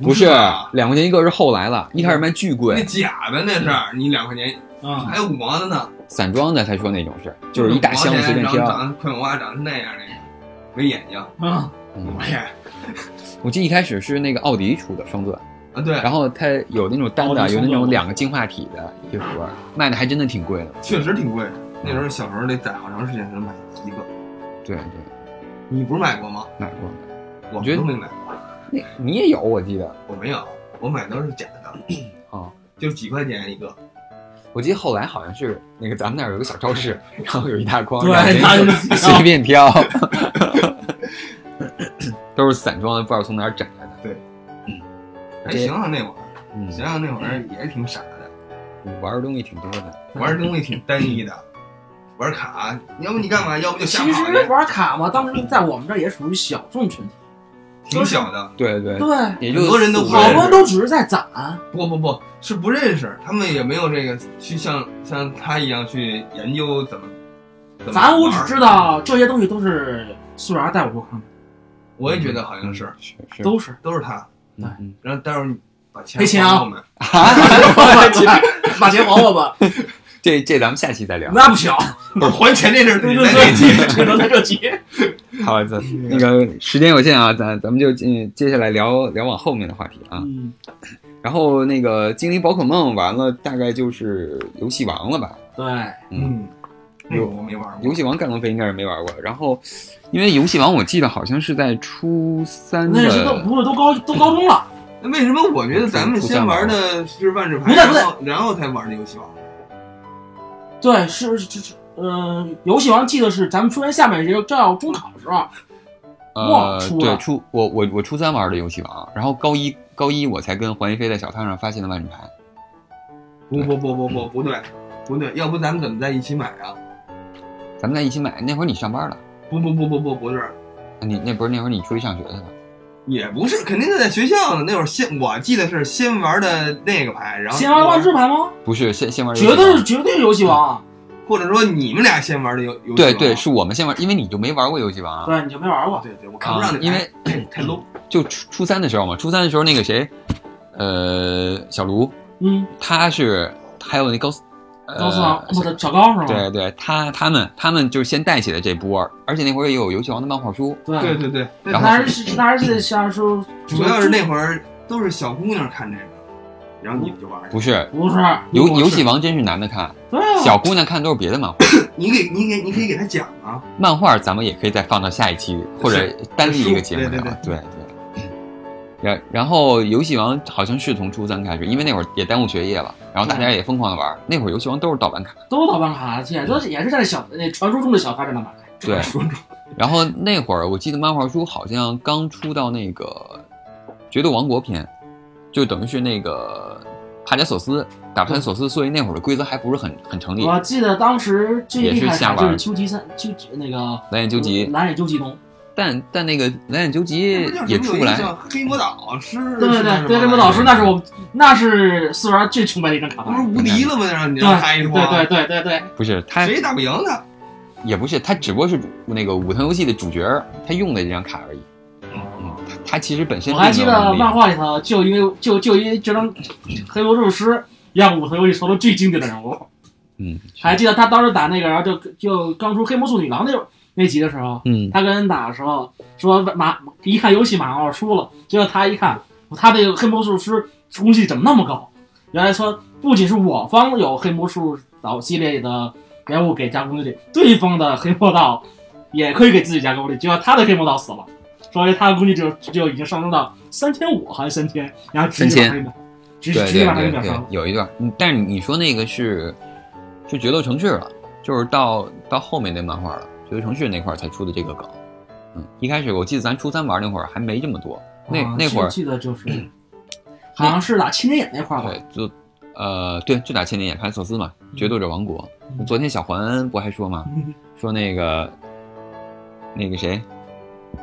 S2: 不是
S4: 啊
S2: 两块钱一个是后来了，一开始卖巨贵
S4: 那，假的那是，你两块钱
S1: 嗯，
S4: 还有五毛的呢，
S2: 散装的才说那种事，就是一大箱子随便
S4: 然后
S2: 挑。
S4: 长得快我蛙长得那样那个，没眼睛，
S1: 嗯，
S2: 嗯，
S4: 哎呀
S2: 我记得一开始是那个奥迪出的双钻。
S4: 啊 对，
S2: 然后它有那种单
S1: 哦
S2: 的，
S1: 你
S2: 有
S1: 说
S2: 那
S1: 过
S2: 种两个净化体的一盒，卖的还真的挺贵的。
S4: 确实挺贵的。那时候小时候得攒好长时间才能买一个，
S2: 对对，
S4: 你不是买过吗？
S2: 买过。
S4: 我
S2: 觉得
S4: 都没买过，
S2: 那你也有，我记得。
S4: 我没有，我买都是假 的，
S2: 哦，
S4: 就几块钱一个。
S2: 我记得后来好像是那个咱们那儿有个小超市， 然后有一大筐，然后
S1: 对，他
S2: 那
S1: 就
S2: 个
S1: 是
S2: 随便挑， 都是散装的，不知道从哪儿整来的。
S4: 对
S2: 嗯，
S4: 哎，
S2: 这
S4: 想想那会儿，
S2: 嗯，
S4: 想想那会儿也挺傻的，
S2: 玩的东西挺多的。
S4: 玩儿东西挺单一的，玩儿卡，要不你干嘛，要不就瞎
S1: 其
S4: 跑
S1: 实
S4: 去，
S1: 玩卡嘛，当时在我们这儿也属于小众群体，
S4: 挺小的。
S2: 对对，
S1: 对，
S2: 也就
S4: 很多人都
S2: 四五
S4: 不
S2: 个
S1: 好
S4: 认
S1: 多
S4: 识
S1: 都只是在攒，
S4: 不不不是不认识，他们也没有这个去像像他一样去研究怎么。怎么
S1: 咱我只
S4: 玩儿
S1: 知道这些东西都是素媛带我入坑的，
S4: 我也觉得好像是，
S2: 嗯是是
S1: 都 是
S4: 都是他。
S1: 对
S2: 嗯
S4: 然后待会儿你把钱
S1: 赔钱啊
S4: 还我们，
S1: 啊把钱还我吧，
S2: 这这咱们下期再 聊。
S1: 那不行，
S4: 不是还钱这事儿得
S1: 对对
S4: 来这期。
S1: 对，只能在这急。
S2: 好，咱嗯那个时间有限啊，咱咱们就进接下来聊聊往后面的话题啊。
S1: 嗯，
S2: 然后那个精灵宝可梦完了，大概就是游戏王了吧？
S1: 对，
S4: 嗯，那个我没玩过
S2: 游。戏王盖龙飞应该是没玩过。然后，因为游戏王我记得好像是在初三
S1: 那是都
S2: 的，
S1: 不是都高都高中了，
S4: 那为什么我觉得咱们先玩的是万智牌，
S1: 不对不对
S4: 然后然后才玩的游戏王？
S1: 对，是是是，呃，游戏王记得是咱们初三下半学正要中考的时候，
S2: 呃
S1: 哇初，
S2: 对
S1: 了
S2: 初我我我初三玩的游戏王，然后高一高一我才跟黄一飞在小摊上发现了万智牌。
S4: 不不不不不不对，不对，要不咱们怎么在一起买啊？
S2: 咱们在一起买，那会儿你上班了，
S4: 不不不不不不是，
S2: 你那不是那会儿你出去上学去了？
S4: 也不是，肯定是在学校呢。那会儿先我记得是先玩的那个牌，然后
S1: 先玩万智牌吗？
S2: 不是，先先玩游戏
S1: 绝
S2: 王
S1: 对是绝对是游戏王啊，
S4: 或者说你们俩先玩的游游戏王。
S2: 对对，是我们先玩，因为你就没玩过游戏王啊。
S1: 对，你就没玩过。
S4: 对对，我看不
S2: 啊
S4: 上，你，
S2: 因为
S4: 哎 太 low。
S2: 就初初三的时候嘛，初三的时候那个谁，呃，小卢，
S1: 嗯，
S2: 他是还有那高斯，呃
S1: 高四郎，不对，小高是吗？
S2: 对
S4: 嗯
S2: 对，他他们他们就是先带起了这波儿，而且那会儿也有游戏王的漫画书，
S4: 对
S1: 对，
S4: 对对，那
S2: 嗯然后
S1: 那是那是像是
S4: 主要是那会儿都是小姑娘看这个，然后你们就玩这个。
S2: 不是
S1: 不是
S2: 游
S4: 不是哦
S2: 游戏王真是男的看，
S1: 对啊，
S2: 小姑娘看都是别的漫画，
S4: 你给你给你可以给他讲啊，
S2: 漫画咱们也可以再放到下一期或者单立一个节目聊
S4: 对对，
S2: 对对。然然后游戏王好像是从初三开始，因为那会儿也耽误学业了，然后
S4: 嗯
S2: 大家也疯狂的玩儿。那会儿游戏王都是盗版卡，
S1: 都盗版卡，也都是也是在小那传说中的小卡展览买。
S2: 对。
S4: 说中
S2: 然后那会儿我记得漫画书好像刚出到那个《决斗王国》篇，就等于是那个帕加索斯打帕加索斯，所以那会儿的规则还不是很很成立。
S1: 我记得当时最厉害的就是究极三究极那个
S2: 蓝眼究极，
S1: 蓝眼究极龙，
S2: 但但那个蓝眼究极也出不
S1: 啊
S2: 来。
S4: 叫黑魔导啊师，
S1: 对对对对，这个
S4: 魔
S1: 老师那是我那是四玩最崇拜的一张卡
S4: 不是
S1: 牌。
S4: 无敌了吗？让你
S1: 对
S4: 让他一
S1: 对
S4: 说，
S1: 对对对对，
S2: 不是他
S4: 谁也打不赢他。
S2: 也不是他，只不过是那个武藤游戏的主角，他用的这张卡而已。嗯，他他其实本身
S1: 哦我还记
S2: 并没有
S1: 得
S2: 能力
S1: 漫画里头就因为就就因为这张黑魔术师让武藤游戏成了最经典的人物。
S2: 嗯
S1: 还记得他当时打那个，然后就就刚出黑魔术女郎那那集的时候，
S2: 嗯
S1: 他跟人打的时候说马一看游戏马奥输了，结果他一看他那个黑魔术师攻击力怎么那么高，原来说不仅是我方有黑魔术岛系列的人物给加攻击力，对方的黑魔道也可以给自己加攻击力，结果他的黑魔道死了，所以他的攻击就就已经上升到三千五还是三千，然后直接把他给秒，直
S2: 对
S1: 直
S2: 对
S1: 接把他给
S2: 对
S1: 秒杀
S2: 对
S1: 了，，
S2: 有一段，嗯但是你说那个是是决斗城市了，就是到到后面那漫画了，决斗城市那块儿才出的这个梗。嗯，一开始我记得咱初三玩那会儿还没这么多，那、
S1: 啊
S2: 那会儿
S1: 记记得就是。好像是打青年眼那块儿吧，
S2: 对就呃对就打千年眼派索斯嘛，决斗者王国。
S1: 嗯
S2: 昨天小环不还说嘛， 说那个那个谁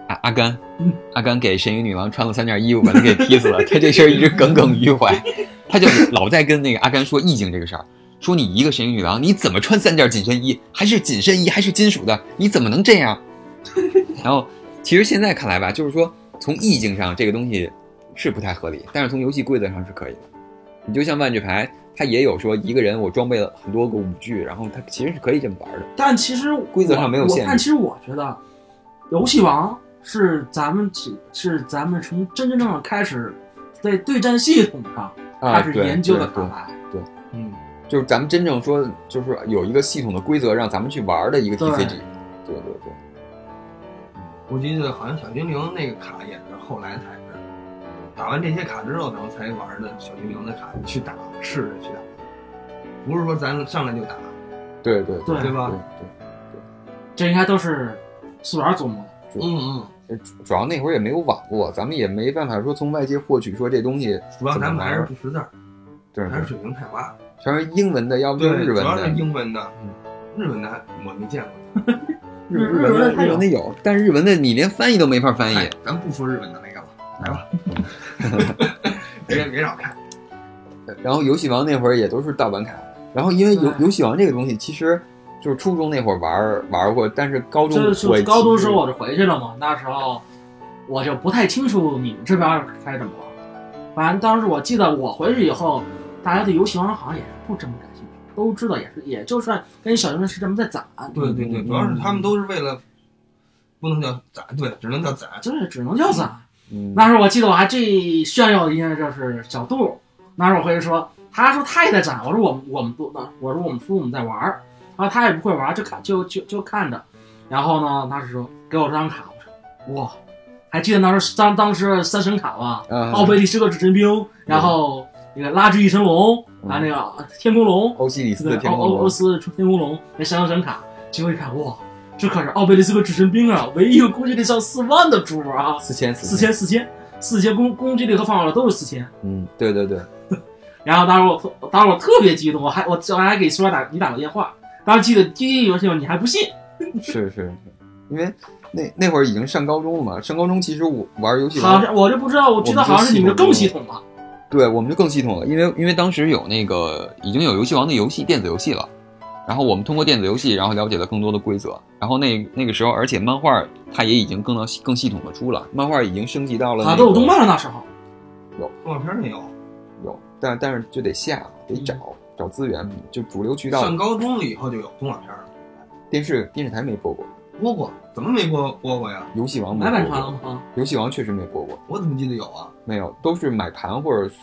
S2: 阿阿甘
S1: 嗯，
S2: 阿甘给神鱼女郎穿了三件衣服，把她给踢死了。他这事儿一直耿耿于怀，他就老在跟那个阿甘说意境这个事儿，说你一个神鱼女郎，你怎么穿三件紧身衣，还是紧身衣，还是金属的，你怎么能这样？ 然后其实现在看来吧，就是说从意境上这个东西是不太合理，但是从游戏规则上是可以的。你就像万智牌，它也有说一个人我装备了很多个武具，然后它其实是可以这么玩的。
S1: 但其实我
S2: 规则上没有
S1: 我
S2: 限制
S1: 但其实我觉得，游戏王是咱们几是咱们从真真正正开始在对战系统上
S2: 啊
S4: 啊
S1: 开始研究的卡牌。
S4: 嗯，
S2: 就是咱们真正说，就是有一个系统的规则让咱们去玩的一个
S1: 对
S2: TCG。对对对，
S4: 我记得好像小精灵那个卡也是后来才是打完这些卡之后，然后才玩的小精灵的卡，去打试着去打，不是说咱上来就打，
S2: 对对
S1: 对
S4: 对吧？啊
S2: 对
S1: 这应该都是四玩琢磨的。
S2: 对
S4: 嗯
S2: 对，主主要那会儿也没有网络，咱们也没办法说从外界获取说这东西
S4: 嗯，主要咱们还是不识字儿，
S2: 对，
S4: 还是水平太洼。
S2: 全是英文的，要不就
S4: 对，
S2: 日
S4: 主
S2: 文
S4: 要
S2: 的
S4: 是。英文的
S2: 嗯，
S4: 日文的我没见过。
S2: 日日文的日文的有，但是日文的你连翻译都没法翻
S4: 哎
S2: 译。，
S4: 咱不说日文的那个了，来吧，别别让我看。
S2: 然后游戏王那会儿也都是盗版卡，然后因为游
S1: 对
S2: 游戏王这个东西，其实就是初中那会儿玩儿玩过，但是高中
S1: 这是
S2: 我
S1: 高中时
S2: 其实
S1: 候我就回去了嘛，那时候我就不太清楚你们这边该怎么玩。反正当时我记得我回去以后，大家对游戏王好像也是不这么感兴趣，都知道也是，也就算跟小熊是这么在攒，
S4: 对对对，主要是他们都是为了，不能叫攒，对，只能叫攒。
S1: 就是只能叫攒。
S2: 嗯，
S1: 那时候我记得我还最炫耀的一件事就是小杜，那时候我回去说，他说他也在攒，我说我们我们不，我说我们父母在玩儿，然后他也不会玩儿，就看就就就看着，然后呢，他是说给我这张卡，我说哇，还记得当时当当时三神卡吧，
S2: 嗯
S1: 奥贝利斯克指针兵，然后那个拉之翼神龙，还有那个天空龙，
S2: 欧西里嗯斯的
S1: 对
S2: 天
S1: 奥
S2: 空
S1: 欧欧
S2: 龙，
S1: 斯天空龙那山羊神卡，结果一看哇，这可是奥贝利斯克指针兵啊，唯一一个估计得上四万的猪啊。
S2: 四千
S1: 四，千四千四千攻攻击力和防守力都是四千。
S2: 嗯，对对对，
S1: 然后当时我特当时我特别激动，我还我我还给苏然打你打过电话。当时记得第一游戏你还不信，
S2: 是是是，因为那那会儿已经上高中了嘛，上高中其实我玩游戏
S1: 好
S2: 王，
S1: 像我就不知道，我觉得好像是你们更系统了。
S2: 对我们就更
S5: 系统了，因为因为当时有那个已经有游戏王的游戏电子游戏了，然后我们通过电子游戏，然后了解了更多的规则，然后那那个时候，而且漫画它也已经更到更系统的出了，漫画已经升级到了、
S1: 好
S5: 那
S1: 像
S5: 个
S1: 啊都有动漫了那时候。
S4: 动画片儿也有，
S2: 有，但但是就得下，得找
S1: 嗯
S2: 找资源，就主流渠道
S4: 上高中了以后就有动画片儿了。
S2: 电视电视台没播过，
S4: 播过？怎么没播播过呀？
S2: 游戏王没
S1: 买版
S2: 播
S1: 权了
S2: 过，
S1: 吗？
S2: 游戏王确实没播过，
S4: 我怎么记得有啊？
S2: 没有，都是买盘或者是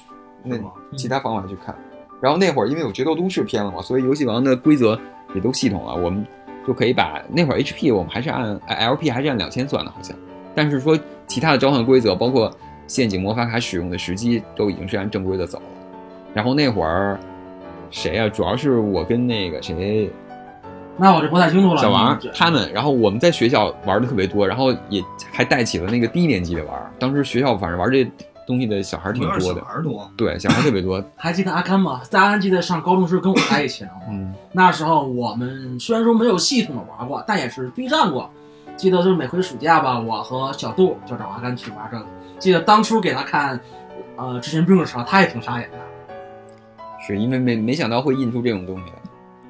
S2: 那
S4: 是吗
S2: 其他方法去看。然后那会儿因为有决斗都市篇了嘛，所以游戏王的规则也都系统了，我们就可以把那会儿 HP 我们还是按哎 LP 还是按两千算的，好像。但是说其他的召唤规则，包括陷阱魔法卡使用的时机，都已经是按正规的走了。然后那会儿谁呀、主要是我跟那个谁
S1: 那我就不太清楚了。
S5: 小王
S1: 你
S5: 他们，然后我们在学校玩的特别多，然后也还带起了那个低年级的玩，当时学校反正玩这东西的小孩儿挺
S4: 主要是
S5: 多
S4: 小
S5: 的，
S4: 孩儿多。啊
S5: 对，小孩儿特别多，
S1: 还记得阿甘吗？在阿甘记得上高中时跟 我在一起呢。啊
S5: 嗯，
S1: 那时候我们虽然说没有系统的玩过，但也是对战过。记得就是每回暑假吧，我和小杜就找阿甘去玩这个。记得当初给他看，呃，之前病的时候，他也挺傻眼的。
S5: 是因为没没想到会印出这种东西来。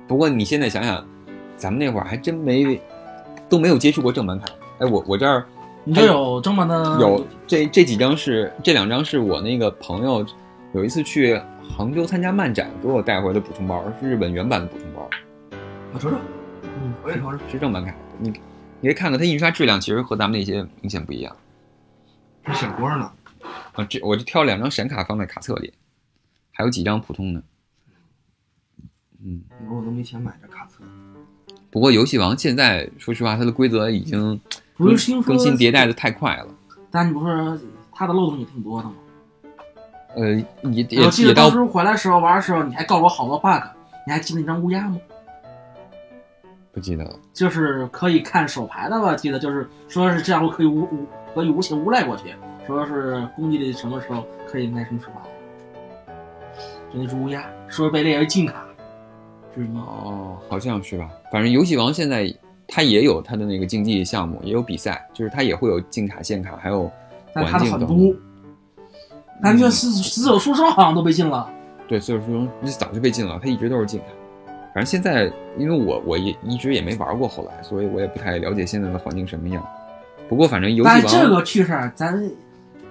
S5: 不过你现在想想，咱们那会儿还真没都没有接触过正版卡。哎，我我这儿
S1: 你这有正版的？
S5: 哎有这这几张是这两张是我那个朋友有一次去杭州参加漫展给我带回的补充包，是日本原版的补充包，
S4: 我瞅瞅，
S1: 嗯，
S4: 我也瞅瞅。
S5: 是正版卡。你你可以看看它印刷质量，其实和咱们那些明显不一样。
S4: 这小锅呢？
S5: 啊，这我就挑两张闪卡放在卡册里，还有几张普通的。嗯，
S4: 你说我都没钱买这卡册。
S5: 不过游戏王现在说实话，它的规则已经
S1: 不是听说
S5: 更新迭代的太快了。
S1: 但你不是他的漏洞也挺多的吗？
S5: 呃，也也
S1: 啊我记得
S5: 也
S1: 当
S5: 到
S1: 时回来的时候玩的时候，你还告诉我好多 bug。你还记得那张乌鸦吗？
S5: 不记得了。
S1: 就是可以看手牌的吧？记得就是说是这样会可以无无可以无情无赖过去，说是攻击力什么时候可以那什么手牌，就那只乌鸦，说是被列为禁卡之一。
S5: 哦，好像是吧。反正游戏王现在它也有它的那个竞技项目，也有比赛，就是它也会有禁卡、限卡，还有
S1: 但他
S5: 环
S1: 的
S5: 境
S1: 很
S5: 等
S1: 多
S5: 等。，
S1: 感觉死死者书生好像都被禁了。
S5: 对，所以说那早就被禁了，它一直都是禁卡。反正现在，因为我我也一直也没玩过，后来，所以我也不太了解现在的环境什么样。不过反正游戏
S1: 但
S5: 王，
S1: 这个趣事儿，咱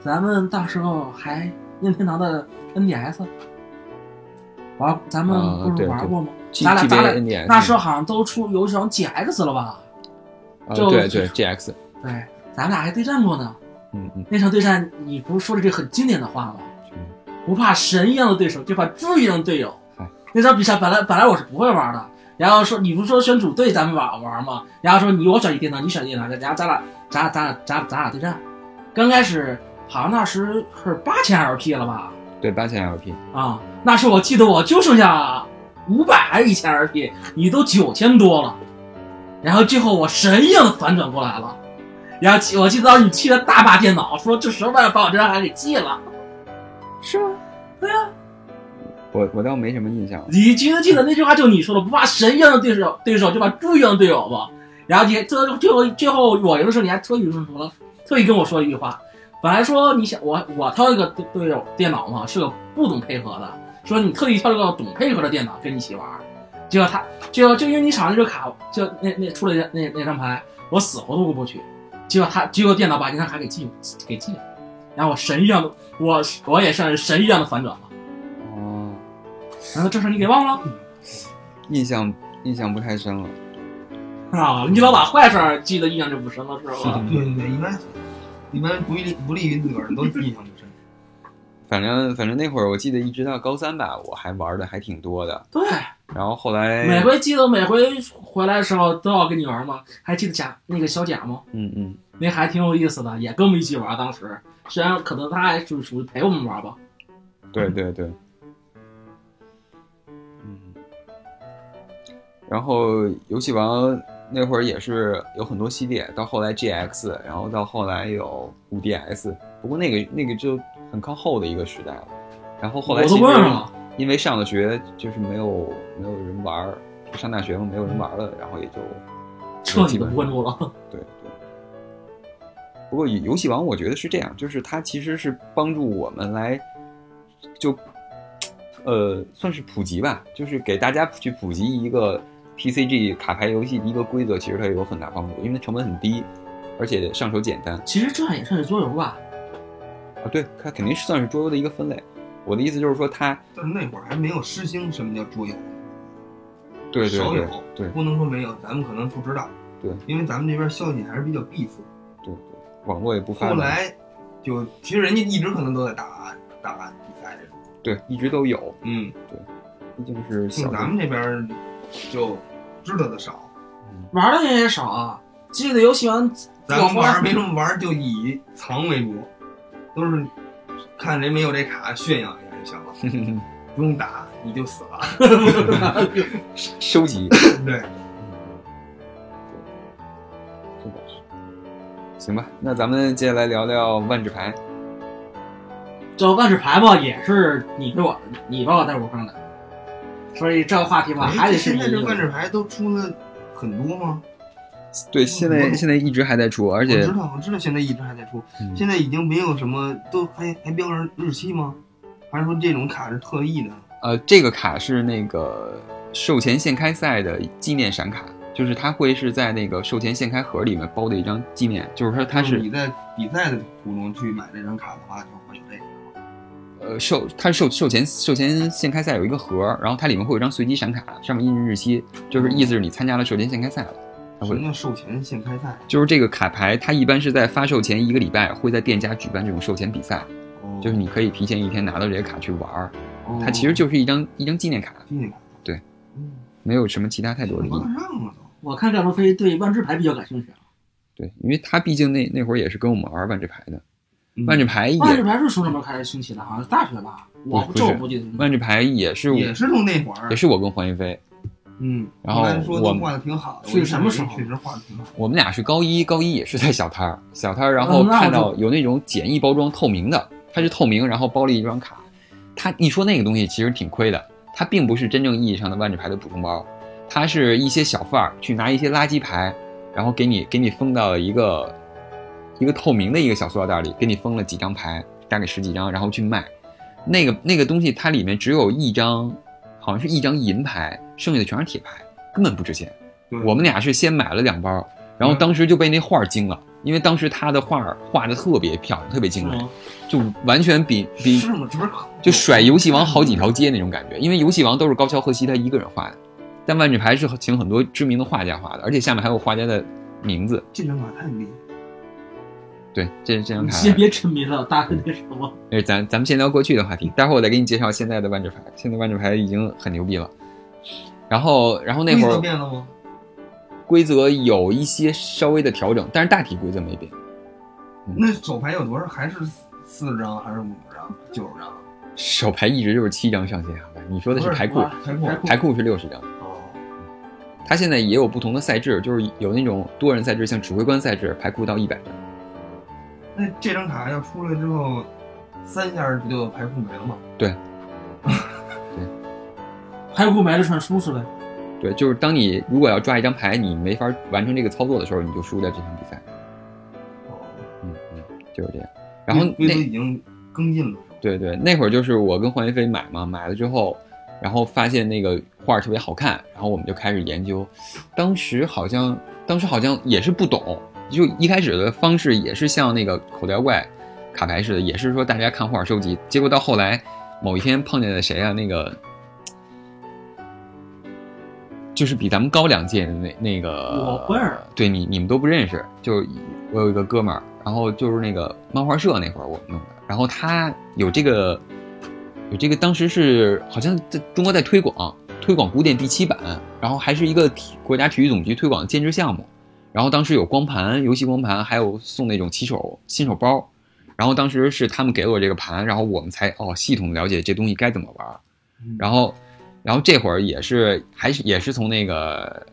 S1: 咱们到时候还任天堂的 NDS 玩，咱们
S5: 啊
S1: 不是
S5: 对
S1: 玩
S5: 对
S1: 过吗？
S5: G
S1: 咱俩
S5: G B
S1: 咱俩
S5: N D S，
S1: 那时候好像都出游戏王 GX 了吧？
S5: 啊
S1: 就
S5: 对对 G X，
S1: 对，咱俩还对战过呢。
S5: 嗯嗯，
S1: 那场对战，你不是说了这很经典的话吗？
S5: 是
S1: 不怕神一样的对手，就怕猪一样的队友
S5: 哎。
S1: 那场比赛本来本来我是不会玩的，然后说你不是说选组队咱们玩玩吗？然后说你我选一电脑，你选一电脑，然后咱俩咱咱俩咱咱俩对战。刚开始好像那时是八千 LP 了吧？
S5: 对八千 L P，
S1: 啊，那时候我记得我就剩下五百还是一千 LP，你都九千多了。然后最后我神一样的反转过来了，然后记我记得当时你气了大把电脑，说这什么玩意儿把我这还给记了。
S2: 是吗？
S5: 我我倒没什么印象了。
S1: 你记得记得那句话就你说的，不怕神一样的对手，对手就怕猪一样的队友嘛。然后你还最后最后最后我赢的时候，你还特意说什么？特意跟我说一句话，本来说你想我我挑一个队队友电脑嘛，是个不懂配合的，说你特意挑了个懂配合的电脑跟你一起玩儿，结果他结果就因为你场上这个卡，就那那出了那那那张牌，我死活都过不去。结果他结果电脑把那张卡给寄给寄了，然后我神一样的我我也算是神一样的反转了。
S2: 哦，
S1: 难道这事儿你给忘了？
S2: 印象印象不太深了。
S1: 啊，你老把坏事儿记得印象就不深了，是吧？
S4: 啊对对对，一般一般不利不利于自个儿都印象不深。
S2: 反正反正那会儿，我记得一直到高三吧，我还玩的还挺多的。
S1: 对，
S2: 然后后
S1: 每
S2: 来，
S1: 回记得每回回来的时候都要跟你玩吗？还记得贾那个小贾吗？
S2: 嗯嗯，
S1: 那还挺有意思的，也跟我们一起玩。当时虽然可能他还属属于陪我们玩吧，
S2: 对对对，嗯。然后游戏王那会儿也是有很多系列，到后来 GX，然后到后来有 5DS，不过那个那个就很靠后的一个时代了。然后后来
S1: 我都
S2: 其实
S1: 忘了。
S2: 因为上了学就是没有没有人玩儿，上大学嘛没有人玩儿了，然后也就
S1: 彻底的不关注了。
S2: 对对。不过游戏王我觉得是这样，就是它其实是帮助我们来就呃算是普及吧，就是给大家去普及一个 TCG 卡牌游戏的一个规则，其实它有很大帮助，因为成本很低，而且上手简单
S1: 其实这也算是桌游吧，
S2: 啊。对，它肯定是算是桌游的一个分类。我的意思就是说它，
S4: 但是那会儿还没有失兴什么叫桌游，
S2: 对对
S4: 少
S2: 对
S4: 有
S2: 对
S4: 不能说没有，咱们可能不知道。
S2: 对，
S4: 因为咱们这边消息还是比较闭塞。
S2: 对对，网络也不发
S4: 后
S2: 达，
S4: 来就其实人家一直可能都在打打比赛，
S2: 对一直都有，
S4: 嗯，
S2: 毕竟是小
S4: 像
S2: 众
S4: 咱们这边就知道的少，
S1: 玩的人也少啊。记得游戏王，
S4: 咱们玩
S1: 花
S4: 儿没什么玩儿，就以藏为主，都是看谁没有这卡炫耀一下就行了， 不用打你就死了。
S2: 收集。
S4: 对，
S2: 嗯这倒是。行吧，那咱们接下来聊聊万智牌。
S1: 这万智牌吧，也是你给我，你把我带入坑的，所以这个话题吧，还得是
S4: 哎现
S1: 你
S4: 在这万智牌都出了很多吗？
S2: 对，现
S4: 哦
S2: 在现在一直还在出，而
S4: 我
S2: 且
S4: 知道，我知道，现在一直还在出，
S2: 嗯
S4: 哦现在已经没有什么都还还标上日期吗？还是说这种卡是特意的？
S2: 呃，这个卡是那个售前现开赛的纪念闪卡，就是它会是在那个售前现开盒里面包的一张纪念，就是说它
S4: 就是
S2: 是
S4: 你在比赛的途中去买这张卡的话，就会有这个。
S2: 呃售它是售售前售前现开赛有一个盒，然后它里面会有一张随机闪卡，上面印着日期，就是意思是你参加了售前现开赛了。它
S4: 什
S2: 会
S4: 么叫售前现开赛？
S2: 就是这个卡牌，它一般是在发售前一个礼拜会在店家举办这种售前比赛，
S4: 哦
S2: 就是你可以提前一天拿到这些卡去玩儿。
S4: 哦
S2: 它其实就是一张一张纪念卡，
S4: 纪念卡。
S2: 对
S4: 嗯，
S2: 没有什么其他太多的意
S4: 帮
S2: 义。
S4: 得上了啊都。
S1: 我看盖罗飞对万智牌比较感兴趣啊。
S2: 对，因为他毕竟那那会儿也是跟我们玩万智牌的，
S4: 嗯
S2: 万智牌也
S1: 万智牌是从什么开始兴起的？好像是大学吧？我
S2: 不
S1: 这
S2: 是
S1: 我不记得。
S2: 万智牌也是我
S4: 也是从那会儿
S2: 也，是我跟黄一飞，
S4: 嗯，
S2: 然后
S4: 后来说
S2: 我
S4: 都
S2: 们
S4: 画的挺好的，
S1: 是什么时候
S4: 哎确实画的挺好的。
S2: 我们俩是高一，高一也是在小摊儿，小摊儿，然后
S1: 嗯那我
S2: 看
S1: 就
S2: 到有那种简易包装透明的，它是透明，然后包了一张卡。他一说那个东西其实挺亏的，它并不是真正意义上的万智牌的补充包，它是一些小贩儿去拿一些垃圾牌，然后给你给你封到一个一个透明的一个小塑料袋里，给你封了几张牌，大概十几张，然后去卖。那个那个东西它里面只有一张，好像是一张银牌，剩下的全是铁牌，根本不值钱
S4: 对。
S2: 我们俩是先买了两包，然后当时就被那画儿惊了，因为当时他的画儿画的特别漂亮，特别
S1: 哦
S2: 精美，就完全比比
S4: 是吗？这不是可
S2: 就甩游戏王好几条街那种感觉，因为游戏王都是高桥和希他一个人画的，但万智牌是请很多知名的画家画的，而且下面还有画家的名字。
S4: 这张卡太厉害了。
S2: 对，这这张
S1: 你
S2: 卡
S1: 先别沉迷了，大学那什么，
S2: 呃，咱咱们先聊过去的话题，待会儿我再给你介绍现在的万智牌。现在万智牌已经很牛逼了。然后，然后那会
S4: 规则
S2: 儿
S4: 变了吗？
S2: 规则有一些稍微的调整，但是大体规则没变。
S4: 那手牌有多少？还是四四张还是五张？九张？
S2: 手牌一直就是七张上限啊，你说的是
S4: 不是
S2: 牌库，
S4: 排库啊
S1: 排库
S2: 牌库是六十张。
S4: 哦，
S2: 它现在也有不同的赛制，就是有那种多人赛制，像指挥官赛制，牌库到一百张。
S4: 那这张卡要出来之后，三下不就排库没了吗？
S1: 排骨埋着串叔叔呗。
S2: 对，就是当你如果要抓一张牌，你没法完成这个操作的时候，你就输掉这场比赛。
S4: 哦，
S2: 嗯嗯，就是这样。然后
S4: 规
S2: 那
S4: 则已经更进了。
S2: 对对，那会儿就是我跟黄一飞买嘛，买了之后，然后发现那个画儿特别好看，然后我们就开始研究。当时好像，当时好像也是不懂，就一开始的方式也是像那个口袋妖怪卡牌似的，也是说大家看画收集。结果到后来某一天碰见了谁啊？那个就是比咱们高两届的那那
S1: 我
S2: 个
S1: 不认识，
S2: 对你你们都不认识。就我有一个哥们儿，然后就是那个漫画社那会儿我弄的，然后他有这个有这个，当时是好像在中国在推广推广古典第七版，然后还是一个体国家体育总局推广的兼职项目。然后当时有光盘、游戏光盘，还有送那种起手新手包。然后当时是他们给了我这个盘，然后我们才哦系统了解这东西该怎么玩儿。
S4: 嗯
S2: 然后，然后这会儿也是还是也是从那个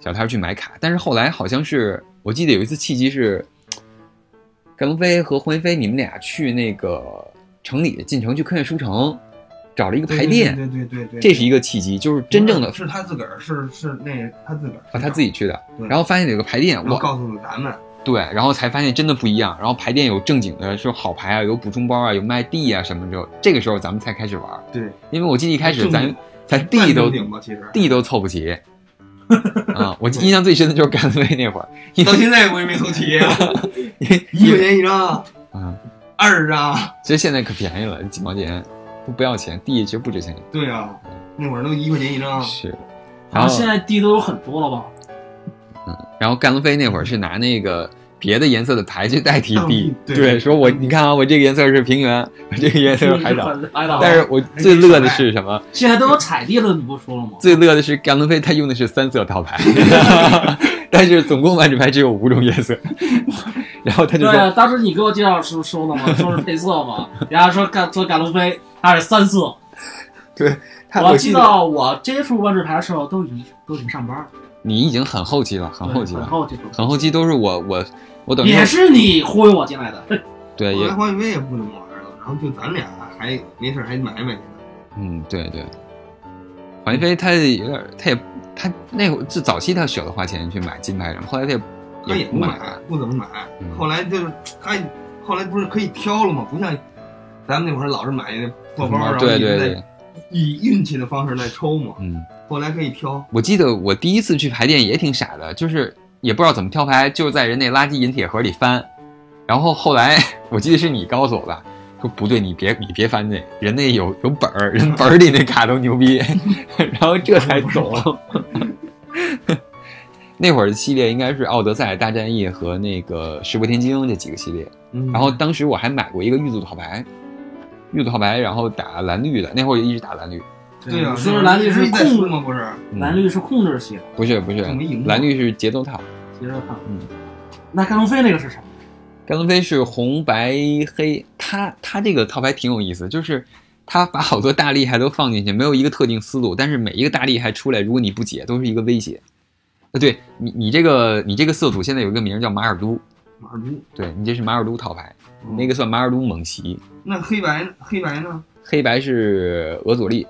S2: 小摊儿去买卡，但是后来好像是我记得有一次契机是，盖龙飞和胡云飞你们俩去那个城里进城去科学书城找了一个
S4: 对
S2: 排练，
S4: 对对对对，
S2: 这是一个契机，就是真正的
S4: 是他自个儿，是是那他自个儿
S2: 啊他自己去的，
S4: 对
S2: 然后发现有个排练，
S4: 然后
S2: 我
S4: 告诉咱们，
S2: 对，然后才发现真的不一样。然后排店有正经的，说好牌啊，有补充包啊，有卖地啊什么之后，这个时候咱们才开始玩儿。
S4: 对，
S2: 因为我记得一开始
S4: 正
S2: 咱
S4: 经
S2: 咱地都
S4: 半顶吧，其实
S2: 地都凑不齐。 啊，我印象最深的就是干飞那会儿，因
S4: 到
S2: 为
S4: 现在我也没凑齐，
S2: 因
S4: 一块钱一张，
S2: 啊，
S4: 二十张，
S2: 其实现在可便宜了，几毛钱都不要钱，地其实不值钱。
S4: 对啊，那会儿都一块钱一张，
S2: 是，
S1: 好
S2: 哦
S1: 像
S2: 然后
S1: 现在地都有很多了吧？
S2: 然后干飞那会儿是拿那个别的颜色的牌去代替
S4: 当
S2: 地
S4: 地，
S2: 对
S4: 对
S2: 说我你看啊，我这个颜色是平原，我哎这个颜色是海岛。
S1: 海岛，
S2: 但是我最乐的是什么？
S1: 现在都有彩地了，你不说了吗？
S2: 最乐的是甘伦飞，他用的是三色套牌， 但是总共万智牌只有五种颜色。 然后他就
S1: 对
S2: 说，
S1: 啊，当时你给我介绍时候说了嘛，说是配色 嘛，人家说干说干路飞，它是三色。
S2: 他
S1: 我
S2: 记
S1: 记得我接触万智牌的时候，都已经都已经上班了，
S2: 你已经很后期了，很后期
S1: 对很
S2: 了，
S1: 后期，
S2: 很后期都是我我我等于
S1: 也是你忽悠我进来的。
S2: 嗯对
S4: 后
S2: 也
S4: 来黄宇飞也不怎么玩了，然后就咱俩还没事儿还买买去呢，
S2: 嗯对对，黄一飞他有点他也他那会儿就早期他舍得花钱去买金牌什么，后来他
S4: 他
S2: 也
S4: 也
S2: 不
S4: 不
S2: 买
S4: 买
S2: 了，，
S4: 不怎么买
S2: 嗯，
S4: 后来就是他后来不是可以挑了吗？不像咱们那会儿老是买那破包，然后
S2: 对
S4: 一
S2: 嗯对
S4: 直
S2: 对
S4: 在，以运气的方式来抽嘛，
S2: 嗯。
S4: 后来可以挑。
S2: 我记得我第一次去排店也挺傻的，就是也不知道怎么挑牌，就是在人那垃圾饮铁盒里翻。然后后来 我记得是你告诉我吧，说不对，你别你别翻那，人那有有本儿，人本儿里那卡都牛逼。 然后这才懂。 那会儿的系列应该是《奥德赛大战役》和那个《石破天惊》这几个系列。
S4: 嗯
S2: 然后当时我还买过一个玉兔套牌，玉兔套牌，然后打蓝绿的，那会儿一直打蓝绿。
S4: 对呀、啊，
S1: 你说是蓝绿是
S4: 一直在输
S1: 控，
S4: 吗？不是，
S2: 嗯
S1: 蓝绿是控制系的，
S2: 不是不是
S4: 怎么赢，了
S2: 蓝绿是节奏套。
S1: 接着看。
S2: 嗯，
S1: 那干路飞那个是什么？
S2: 甘龙飞是红白黑，他他这个套牌挺有意思，就是他把好多大厉害都放进去，没有一个特定思路，但是每一个大厉害出来，如果你不解，都是一个威胁。啊，对你你这个你这个色组现在有一个名儿叫马尔都，
S4: 马尔都。
S2: 对你这是马尔都套牌，你那个算马尔都猛骑，
S4: 嗯那黑白黑白呢？
S2: 黑白是俄佐利，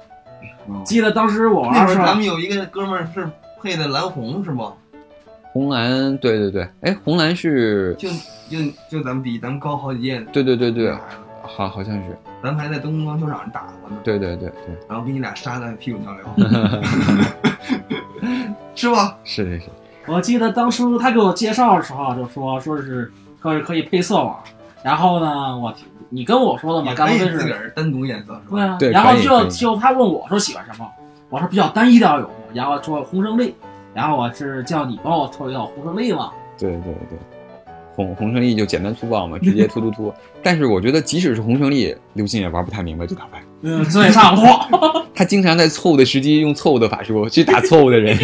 S1: 记得当时我玩
S4: 那
S1: 的
S4: 会
S1: 时
S4: 儿咱
S1: 候，啊
S4: 们有一个哥们儿是配的蓝红是不？
S2: 红蓝对对对，哎红蓝是，
S4: 就就就咱们比咱们高好几届的。
S2: 对对对啊对，好好像是，
S4: 咱们还在灯光球场上打过呢，
S2: 对对对对，
S4: 然后给你俩杀的屁滚尿 流，是吧？
S2: 是是是，
S1: 我记得当初他给我介绍的时候啊就说说是可以可以配色玩，然后呢，我你跟我说的嘛，
S4: 也
S1: 干
S4: 可
S1: 路
S4: 以
S1: 飞
S4: 自
S1: 是
S4: 个儿单独演奏是
S1: 对
S4: 吧？
S1: 啊
S2: 对，
S1: 然
S2: 可
S1: 后
S2: 以可
S1: 就
S2: 以
S1: 就他问我说喜欢什么，我说比较单一的要有，然后说红胜利，然后我是叫你帮我凑一套红胜利嘛，
S2: 对对对，红红胜利就简单粗暴嘛，直 接突突突。但是我觉得，即使是红胜利，刘鑫也玩不太明白这套牌。
S1: 嗯， 所以差不 多。
S2: 他经常在错误的时机用错误的法术去打错误的人。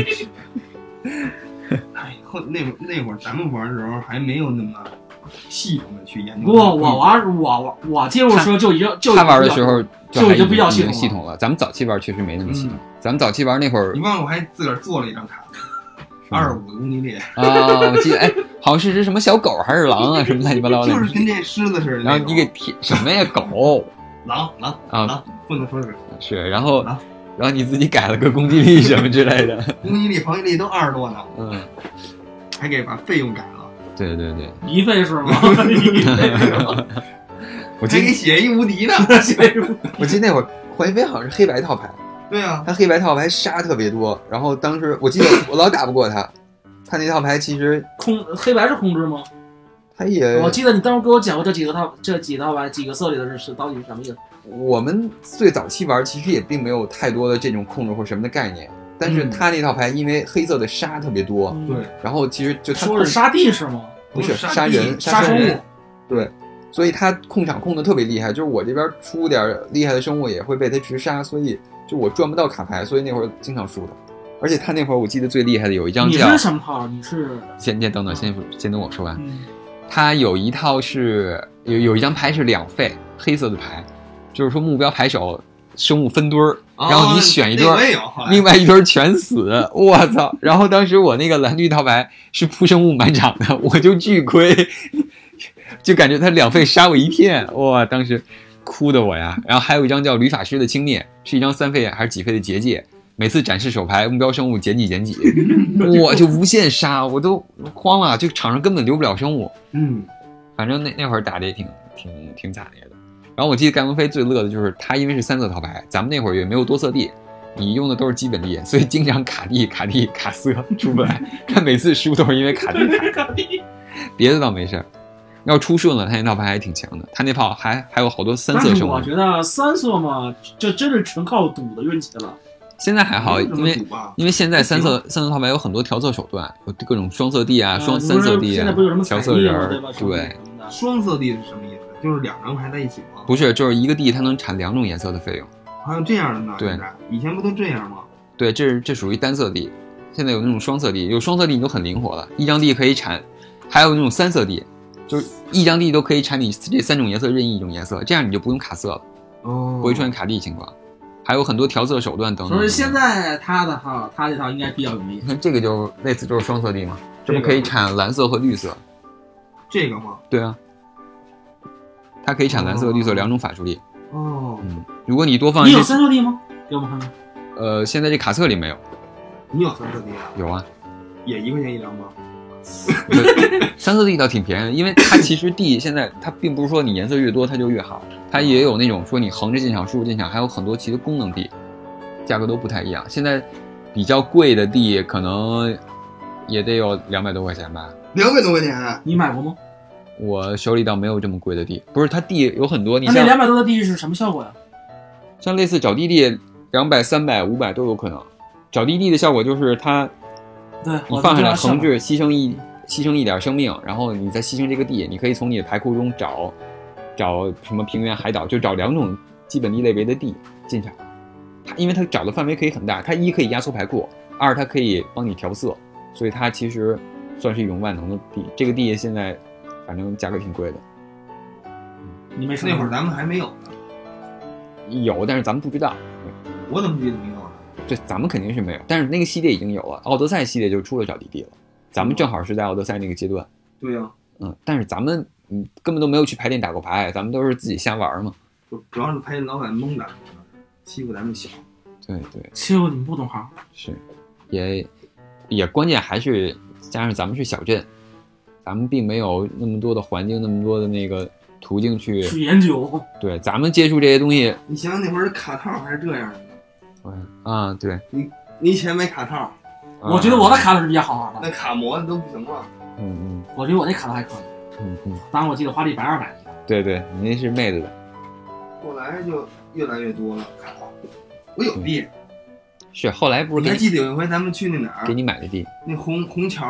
S4: 哎，后那会儿那会儿咱们玩的时候还没有那么系统的去研究。
S1: 不过我玩我玩我介入的时候 就已经 就已
S2: 他
S1: 经
S2: 玩的时候
S1: 就
S2: 还
S1: 已经比较
S2: 已
S1: 系统
S2: 经系
S1: 了嗯
S2: 统了。咱们早期玩确实没那么系统。咱们早期玩那 会儿
S4: 嗯你忘了我还自个儿做了一张 卡，二五攻击力，
S2: 啊，我记得哎，好像是只什么小狗还是狼啊，什么乱七 八糟的
S4: 就。是跟这狮子似的那种。
S2: 然后你给贴什么呀狗
S4: 狼狼
S2: 啊
S4: 狼，不能说是
S2: 是，然后
S4: 啊
S2: 然后你自己改了个攻击力什么之类 的。
S4: 攻击力、防御力都二十多呢，
S2: 嗯，
S4: 还给把费用改了，
S2: 对对对，
S1: 一费是吗？哎
S2: 我
S4: 还
S2: 记
S4: 给
S2: 得
S4: 写一无 敌呢。
S2: 我记得那会儿黄一飞好像是黑白套牌。
S4: 对啊，
S2: 他黑白套牌杀特别多，然后当时我记得我老打不过他，他那套牌其实
S1: 空黑白是空制吗？
S2: 他也，
S1: 我记得你当时给我讲过这几个套这几套吧，几个色里的是是到底是什么意思？
S2: 我们最早期玩其实也并没有太多的这种控制或什么的概念，但是
S1: 嗯
S2: 他那套牌因为黑色的沙特别多，
S1: 嗯
S4: 对，
S2: 然后其实就他
S1: 说是杀地是吗？
S2: 不是
S4: 杀
S2: 杀
S4: 地
S2: 人
S1: 杀
S2: 生
S1: 生
S2: 物
S1: 物，
S2: 对，所以他控场控的特别厉害，就是我这边出点儿厉害的生物也会被他直杀，所以就我赚不到卡牌，所以那会儿经常输的。而且他那会儿我记得最厉害的有一张
S1: 你
S2: 叫
S1: 是什么套？你是
S2: 先先等等，先先等我说完。
S1: 嗯
S2: 它有一套是有有一张牌是两费，黑色的牌，就是说目标牌手生物分堆儿，然后你选一堆
S4: 哦
S2: 儿
S4: 那，个我也有，后来
S2: 另外一堆儿全死。我操！然后当时我那个蓝绿套牌是扑生物满场的， 我就巨亏，就感觉他两费杀我一片，哇！当时哭的我呀。然后还有一张叫旅法师的轻蔑，是一张三费还是几费的结界。每次展示手牌，目标生物减几减 几，我就无限杀，我都慌了，就场上根本留不了生物。
S4: 嗯，
S2: 反正那那会儿打的也挺挺挺惨烈的。然后我记得盖文飞最乐的就是他，因为是三色套牌，咱们那会儿也没有多色地，你用的都是基本地，所以经常卡地卡地卡色出不来。他每次输都是因为
S4: 啊
S2: 卡地卡地，别的倒没事儿。要出顺了，他那套牌还挺强的，他那炮还还有好多 三色
S1: 但是
S2: 生物
S1: 我。觉得三色嘛，这真是纯靠赌的运气了。
S2: 现在还好，
S4: 没有这
S2: 因
S4: 么
S2: 为
S4: 赌吧
S2: 因为现在三色三色套牌有很多调色手段，有各种双色地啊、
S1: 呃
S2: 双
S1: 你
S2: 三
S1: 不是
S2: 色地
S1: 现在
S2: 啊
S1: 不是有什、么
S2: 调
S1: 彩
S2: 色
S1: 地
S2: 人
S1: 吗？
S2: 儿
S1: 对吧？，什么
S2: 对，
S1: 什么的
S4: 双色地是什么意思？就是两张牌在一起吗？
S2: 不是就是一个地它能产两种颜色的费用。
S4: 还有这样的呢？
S2: 对
S4: 现在以前不都这样吗？
S2: 对，这是这属于单色地，现在有那种双色地，有双色地你就很灵活了，一张地可以产，还有那种三色地，就是一张地都可以产你这三种颜色任意一种颜色，这样你就不用卡色了，
S4: 哦，
S2: 不会出现卡地情况，还有很多调色手段等等。
S1: 所以现在他的哈，他这套应该比较容易
S2: 你。看 这个就类似就是双色地嘛，这不
S4: 这个
S2: 可以产蓝色和绿色？
S4: 这个吗？
S2: 对啊，它可以产蓝色和绿色
S4: 哦
S2: 两种法术力。
S4: 哦，
S2: 嗯，如果你多放
S1: 你
S2: 一
S1: 有
S2: 些，
S1: 三色地吗？给我们看看。
S2: 呃，现在这卡册里没有，
S4: 你有三色地啊？
S2: 有啊。
S4: 也一块钱一张吗？
S2: 对，三色地倒挺便宜，因为它其实地现在它并不是说你颜色越多它就越好，它也有那种说你横着进场、竖着进场，还有很多其实功能地，价格都不太一样。现在比较贵的地可能也得有两百多块钱吧，啊
S4: 两百多块钱，
S1: 你买过吗？
S2: 我手里倒没有这么贵的地。不是，它地有很多，你
S1: 那那
S2: 像
S1: 两百多的地是什么效果呀？
S2: 像类似找地地，两百、三百、五百都有可能。找地地的效果就是它
S1: 对，
S2: 你
S1: 我
S2: 放下
S1: 知
S2: 来
S1: 道效
S2: 横
S1: 果
S2: 置，牺牲一牺牲一点生命，然后你再牺牲这个地，你可以从你的牌库中找找什么平原、海岛，就找两种基本地类别的地进场。它因为它找的范围可以很大，它一可以压缩牌库，二它可以帮你调色，所以它其实算是一种万能的地。这个地现在反正价格挺贵的，
S1: 你没说
S4: 那会儿咱们还没有呢，
S2: 有但是咱们不知道。
S4: 我怎么记得没有啊呢？
S2: 对，咱们肯定是没有，但是那个系列已经有了，奥德赛系列就出了找地地了，咱们正好是在奥德赛那个阶段。
S4: 对啊呀，
S2: 嗯，但是咱们嗯根本都没有去牌店打过牌，咱们都是自己瞎玩儿嘛。
S4: 主主要是拍老板蒙的，欺负咱们小。
S2: 对对
S1: 欺负你们不懂行。
S2: 是，也也关键还是加上咱们是小镇，咱们并没有那么多的环境，那么多的那个途径去
S1: 去研究，
S2: 对咱们接触这些东西。
S4: 你想想那会儿卡套还是这样的呢，
S2: 嗯啊，对，啊
S4: 你以前买卡套，
S1: 我觉得我
S2: 的
S1: 的卡是比较好玩的，
S4: 那卡模都不行了。
S2: 嗯
S1: 我觉得我那卡都还可以。
S2: 嗯嗯嗯，
S1: 当然我记得花了一百二百，
S2: 对对，你那是妹子的，
S4: 后来就越来越多了卡套。我有地，
S2: 是后来不是
S4: 你
S2: 给
S4: 还
S2: 你
S4: 记得啊有一回咱们去那哪
S2: 给
S4: 儿？
S2: 你买的地？
S4: 那虹虹桥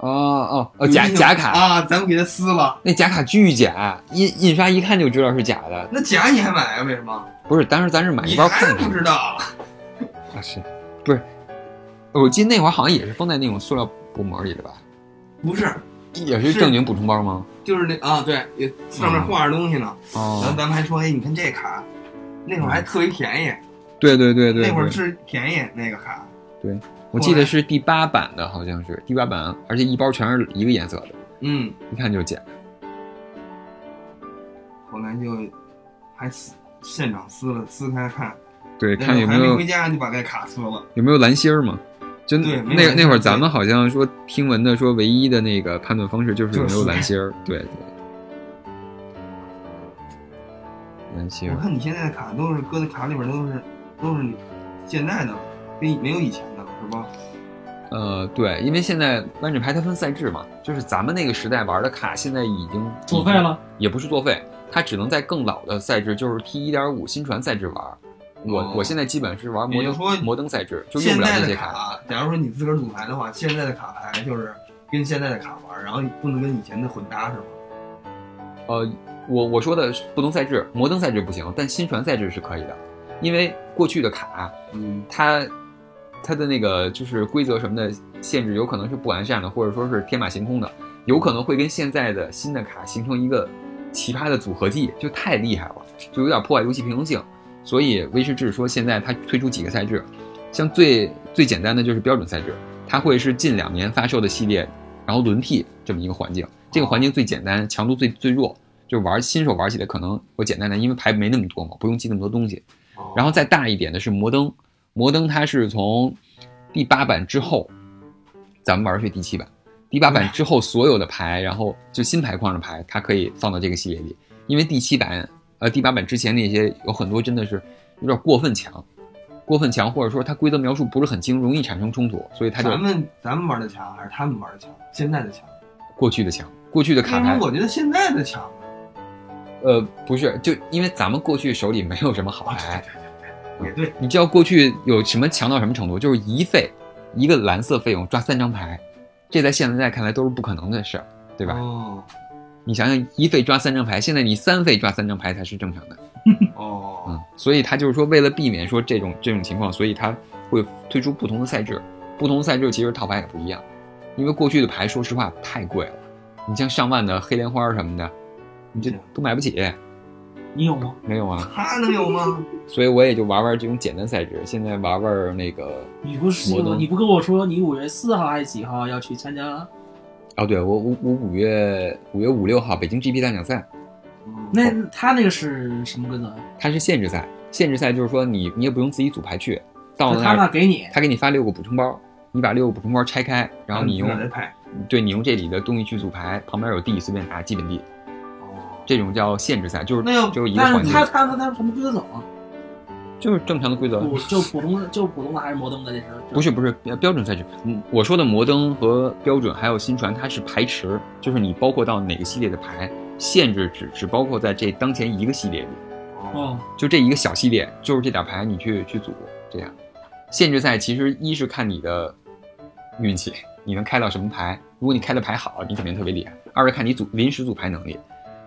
S2: 哦哦哦，假假卡，
S4: 啊，咱们给它撕了。
S2: 那假卡巨假，印印刷一看就知道是假的，
S4: 那假你还买啊？为什么？
S2: 不是，当时咱是买一
S4: 你
S2: 包
S4: 还
S2: 看看
S4: 不。知道？
S2: 啊，是，不是？我记得那会儿好像也是封在那种塑料薄膜里的吧？
S4: 不是，
S2: 也是
S4: 是
S2: 正经补充包吗？
S4: 就是那啊，对，也上面画着东西呢。然后
S2: 哦，
S4: 咱们还说，哎，你看这卡，那会儿还特别便宜，
S2: 对对对对，
S4: 那会儿
S2: 对
S4: 是便宜那个卡。
S2: 我记得是第八版的，好像是第八版，而且一包全是一个颜色的，
S4: 嗯，
S2: 一看就假。
S4: 后来就还撕，现场撕了，撕开看，
S2: 对，
S4: 那
S2: 看有
S4: 会
S2: 没
S4: 儿还没
S2: 有
S4: 回家就把这卡撕了。
S2: 有没有蓝心儿嘛？就
S4: 对没有
S2: 那
S4: 蓝心儿
S2: 那会儿咱们好像说听闻的说唯一的那个判断方式就是有没
S4: 就
S2: 有
S4: 是
S2: 蓝心儿，对对。蓝心
S4: 我
S2: 儿，
S4: 看你现在的卡都是搁在卡里边，都是都是你现在的，跟没有以前的了，是吧？
S2: 呃，对，因为现在万智牌它分赛制嘛，就是咱们那个时代玩的卡，现在已经
S1: 作废，了。
S2: 也不是作废，它只能在更老的赛制，就是 T 一点五新传赛制玩。我、
S4: 哦
S2: 我现在基本是玩摩
S4: 也就是说
S2: 登摩登赛制，就用
S4: 现
S2: 不了
S4: 在
S2: 这
S4: 的
S2: 些卡。
S4: 卡，假如说你自个儿组牌的话，现在的卡牌就是跟现在的卡玩，然后你不能跟以前的混搭是吗？
S2: 呃，我我说的是不能赛制，摩登赛制不行，但新传赛制是可以的，因为过去的卡，
S4: 嗯，
S2: 它它的那个就是规则什么的限制，有可能是不完善的，或者说是天马行空的，有可能会跟现在的新的卡形成一个奇葩的组合技，就太厉害了，就有点破坏游戏平衡性。所以威士忌说，现在它推出几个赛制，像最最简单的就是标准赛制，它会是近两年发售的系列，然后轮替这么一个环境。这个环境最简单，强度最最弱，就是玩新手玩起来可能有简单的，因为牌没那么多嘛，不用记那么多东西。
S4: 哦
S2: 然后再大一点的是摩登，摩登它是从第八版之后，咱们玩的是第七版，第八版之后所有的牌，然后就新牌框的牌，它可以放到这个系列里，因为第七版呃第八版之前那些有很多真的是有点过分强，过分强或者说它规则描述不是很精，容易产生冲突，所以它就
S4: 咱们咱们玩的强还是他们玩的强？现在的强？
S2: 过去的强，过去的
S4: 为
S2: 卡
S4: 什
S2: 牌
S4: 么我觉得现在的强呢？
S2: 呃不是，就因为咱们过去手里没有什么好
S4: 啊，
S2: 牌
S4: 对。对对对，也对。
S2: 你知道过去有什么强到什么程度？就是一费一个蓝色费用抓三张牌，这在现在看来都是不可能的事儿，对吧？
S4: 哦
S2: 你想想，一费抓三张牌，现在你三费抓三张牌才是正常的，
S4: 哦
S2: 嗯，所以他就是说，为了避免说这种这种情况，所以他会推出不同的赛制，不同的赛制其实套牌也不一样，因为过去的牌说实话太贵了，你像上万的黑莲花什么的，你这都买不起，
S1: 你有吗？
S2: 没有啊，
S4: 他能有 吗？
S2: 所以我也就玩玩这种简单赛制，现在玩玩那个
S1: 你不是
S2: 摩登
S1: 你不跟我说你五月四号还是几号要去参加？
S2: 哦，对我我我五月五月五六号北京 GP 大奖赛，
S4: 嗯
S1: 那
S2: 哦
S1: 他那个是什么规啊则？
S2: 它是限制赛，限制赛就是说你你也不用自己组牌去，到哦了那
S1: 他
S2: 儿
S1: 那给你，
S2: 他给你发六个补充包，你把六个补充包拆开，然后你用
S4: 哪来派？
S2: 对你用这里的东西去组牌，旁边有地随便拿基本地，
S4: 哦，
S2: 这种叫限制赛，就是
S4: 那要
S2: 只有一个
S1: 但
S2: 环
S1: 是
S2: 节，
S1: 他他他他什么规则走啊？
S2: 就是正常的规则，
S1: 普就普通的就普通的还是摩登的？这是
S2: 不是不是标标准赛制，嗯，我说的摩登和标准还有新传，它是排池，就是你包括到哪个系列的牌，限制只只包括在这当前一个系列里。
S1: 哦，
S2: 就这一个小系列，就是这点牌你去去组，这样。限制赛其实一是看你的运气，你能开到什么牌。如果你开的牌好，你肯定特别厉害；二是看你组临时组牌能力，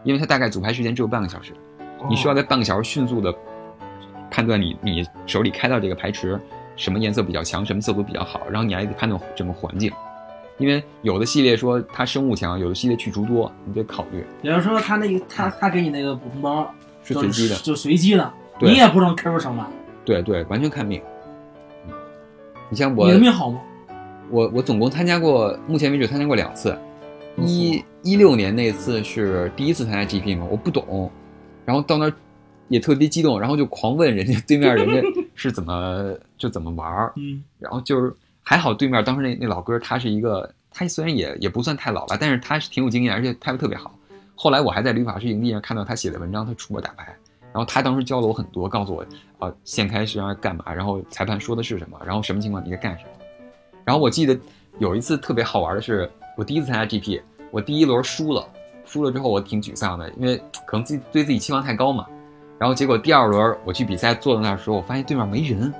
S2: 因为它大概组牌时间只有半个小时，
S1: 哦
S2: 你
S4: 哦
S2: 需要在半个小时迅速的判断你你手里开到这个牌池什么颜色比较强，什么色度比较好，然后你还得判断整个环境。因为有的系列说它生物强，有的系列去除多，你得考虑
S1: 也就是说他那个他他给你那个补充包
S2: 是
S1: 就
S2: 随机的。
S1: 就随机的，
S2: 对
S1: 你也不能 Q 上吧？
S2: 对对，完全看命。嗯你像我
S1: 你，的命好吗？
S2: 我我总共参加过，目前为止参加过两次。
S1: 哦
S2: 一一六年那次是第一次参加 GP 嘛，我不懂，然后到那儿也特别激动，然后就狂问人家对面人家 是怎么就怎么玩儿，
S1: 嗯，
S2: 然后就是还好对面当时那那老哥他是一个，他虽然也也不算太老吧，但是他是挺有经验，而且拍的特别好。后来我还在旅法师营地上看到他写的文章，他出过打牌，然后他当时教了我很多，告诉我啊、呃现开是要干嘛，然后裁判说的是什么，然后什么情况你该干什么。然后我记得有一次特别好玩的是，我第一次参加 GP，我第一轮输了，输了之后我挺沮丧的，因为可能自己对自己期望太高嘛。然后结果第二轮我去比赛坐在那儿的时候，我发现对面没人，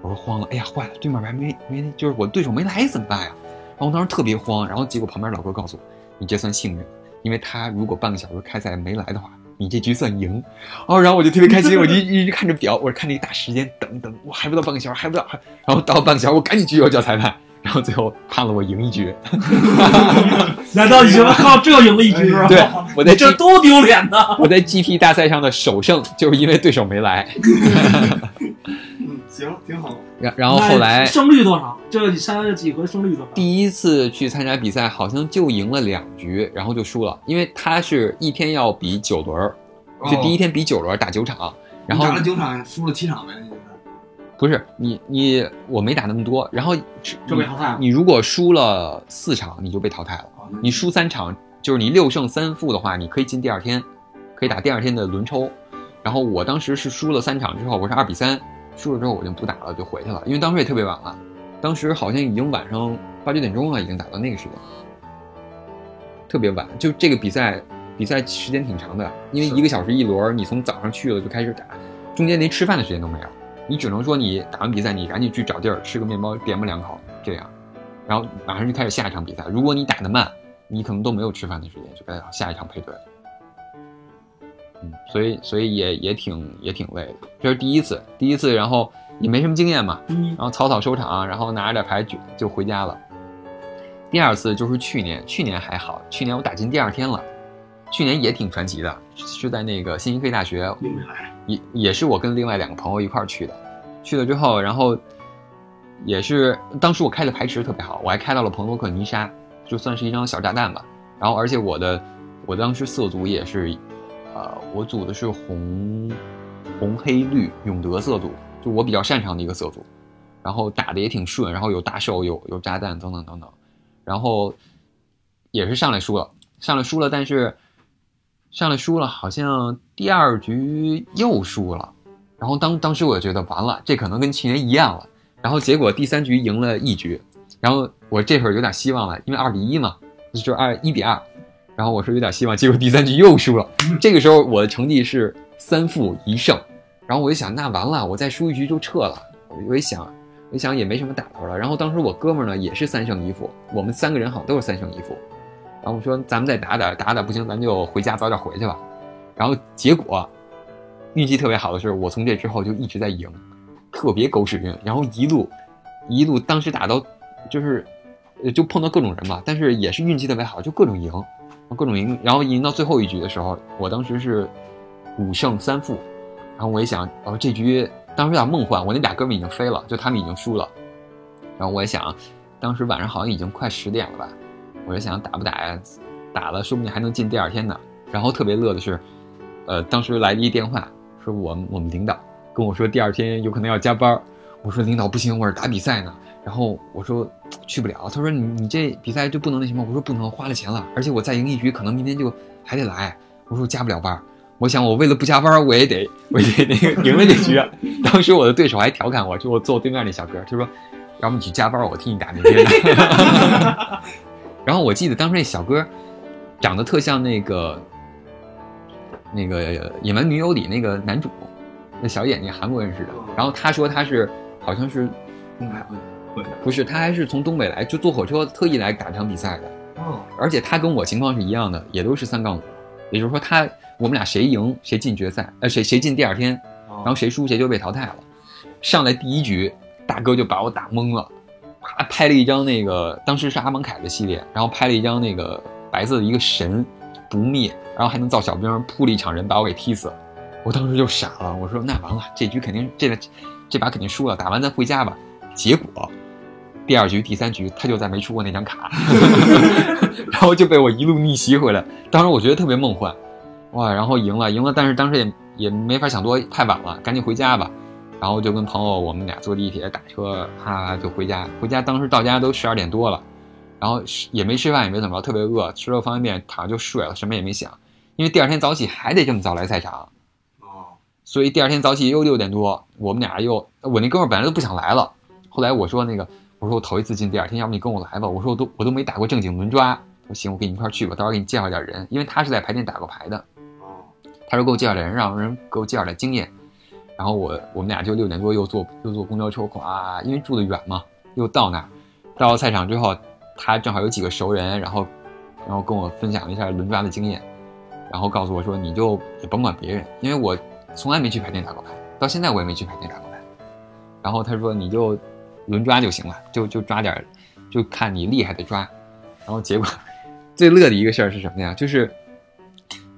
S2: 我说慌了，哎呀坏了，对面还没没就是我对手没来怎么办呀？然后我当时特别慌，然后结果旁边老哥告诉我，你这算幸运，因为他如果半个小时开赛没来的话，你这局算赢。哦，然后我就特别开心，我就一一直看着表，我看这个大时间，等等，我还不到半个小时，还不到，然后到半个小时，我赶紧举手叫裁判，然后最后判了我赢一局。
S1: 难道你觉 得靠这赢了一局是吧？
S2: 对，我在 G
S1: 这多丢脸呐！
S2: 我在 GP 大赛上的首胜，就是因为对手没来。
S4: 嗯，行，挺好。
S2: 然然后后来
S1: 那胜率多少？这你参加这几回胜率多少？
S2: 第一次去参加比赛，好像就赢了两局，然后就输了，因为他是一天要比九轮儿，就第一
S4: 一，
S2: 天比九轮儿打九场，然
S4: 哦你
S2: 后
S4: 打了九场，输了七场呗，就是
S2: 不是你你我没打那么多，然后只
S1: 就被淘汰了
S2: 你如果输了四场，你就被淘汰了。
S4: 哦那
S2: 你输三场，就是你六胜三负的话，你可以进第二天，可以打第二天的轮抽。然后我当时是输了三场之后，我是二比三，输了之后我就不打了，就回去了，因为当时也特别晚了。当时好像已经晚上八九点钟了，已经打到那个时间，特别晚。就这个比赛，比赛时间挺长的，因为
S4: 是
S2: 一个小时一轮，你从早上去了就开始打，中间连吃饭的时间都没有。你只能说你打完比赛，你赶紧去找地儿吃个面包，点吧两口这样，然后马上就开始下一场比赛。如果你打得慢，你可能都没有吃饭的时间，就该下一场配对了。嗯，所以所以也也挺也挺累的，这是第一次，第一次，然后也没什么经验嘛，
S3: 嗯
S2: 然后草草收场，然后拿着点牌就就回家了。第二次就是去年，去年还好，去年我打进第二天了，去年也挺传奇的，是在那个新辛克大学，也也是我跟另外两个朋友一块儿去的，去了之后，然后也是当时我开的牌池特别好，我还开到了彭罗克泥沙，就算是一张小炸弹吧。然后而且我的我当时色组也是，呃，我组的是红红黑绿永德色组，就我比较擅长的一个色组。然后打的也挺顺，然后有大寿，有有炸弹等等等等，然后也是上来输了，上来输了，但是上来输了，好像第二局又输了，然后当当时我就觉得完了，这可能跟去年一样了，然后结果第三局赢了一局，然后我这会儿有点希望了，因为二比一嘛，就是二一比二，然后我说有点希望，结果第三局又输了，这个时候我的成绩是三负一胜，然后我就想那完了，我再输一局就撤了，我一想我想也没什么打头了。然后当时我哥们儿呢也是三胜一负，我们三个人好像都是三胜一负。然后我说咱们再打打，打打不行咱就回家早点回去吧。然后结果运气特别好的是，我从这之后就一直在赢，特别狗屎运。然后一路一路，当时打到就是呃就碰到各种人嘛，但是也是运气特别好，就各种赢，各种赢。然后赢到最后一局的时候，我当时是五胜三负。然后我一想，哦，这局当时有点梦幻，我那俩哥们已经飞了，就他们已经输了。然后我也想，当时晚上好像已经快十点了吧，我就想打不打呀？打了说不定还能进第二天呢。然后特别乐的是，呃，当时来了一电话，说我们我们领导跟我说第二天有可能要加班儿。我说领导不行，我是打比赛呢。然后我说去不了，他说你你这比赛就不能那什么？我说不能，花了钱了，而且我再赢一局，可能明天就还得来。我说我加不了班儿，我想我为了不加班，我也得我也得那个赢了这局啊。当时我的对手还调侃我，就我坐我对面那小哥，他说：“要不你去加班，我替你打明天。” 然后我记得当时那小哥长得特像那个那个《野蛮女友》里那个男主，那小眼睛韩国人似的。然后他说他是好像是
S4: 东海会会
S2: 不是他还是从东北来，就坐火车特意来打这场比赛的。
S4: 哦，
S2: 而且他跟我情况是一样的，也都是三杠五，也就是说他我们俩谁赢谁进决赛，呃谁谁进第二天，然
S1: 哦
S4: 然
S2: 后谁输谁就被淘汰了。上来第一局，大哥就把我打懵了，啪拍了一张那个当时是阿芒凯的系列，然后拍了一张那个白色的一个神不灭，然后还能造小兵，扑了一场人把我给踢死了。我当时就傻了，我说那完了，这局肯定这个这把肯定输了，打完咱回家吧。结果第二局、第三局他就再没出过那张卡， 然后就被我一路逆袭回来。当时我觉得特别梦幻，哇，然后赢了，赢了，但是当时也也没法想多，太晚了，赶紧回家吧。然后就跟朋友我们俩坐地铁打车，哈、就回家。回家当时到家都十二点多了，然后是也没吃饭，也没怎么着，特别饿，吃了方便面，躺着就睡了，什么也没想。因为第二天早起还得这么早来赛场，
S4: 哦，
S2: 所以第二天早起又六点多，我们俩又我那哥们儿本来都不想来了，后来我说那个我说我头一次进第二天，要不你跟我来吧？我说我都我都没打过正经轮抓，我说行，我跟你一块儿去吧，到时候给你介绍点人，因为他是在牌店打过牌的，
S4: 哦，
S2: 他说给我介绍点人，让人给我介绍点经验。然后我我们俩就六点多又坐又坐公交车，咵，因为住的远嘛，又到那儿。到了赛场之后，他正好有几个熟人，然后然后跟我分享了一下轮抓的经验，然后告诉我说你就也甭管别人，因为我从来没去牌店打过牌，到现在我也没去牌店打过牌。然后他说你就轮抓就行了，就就抓点儿，就看你厉害的抓。然后结果 最乐的一个事儿是什么呀？就是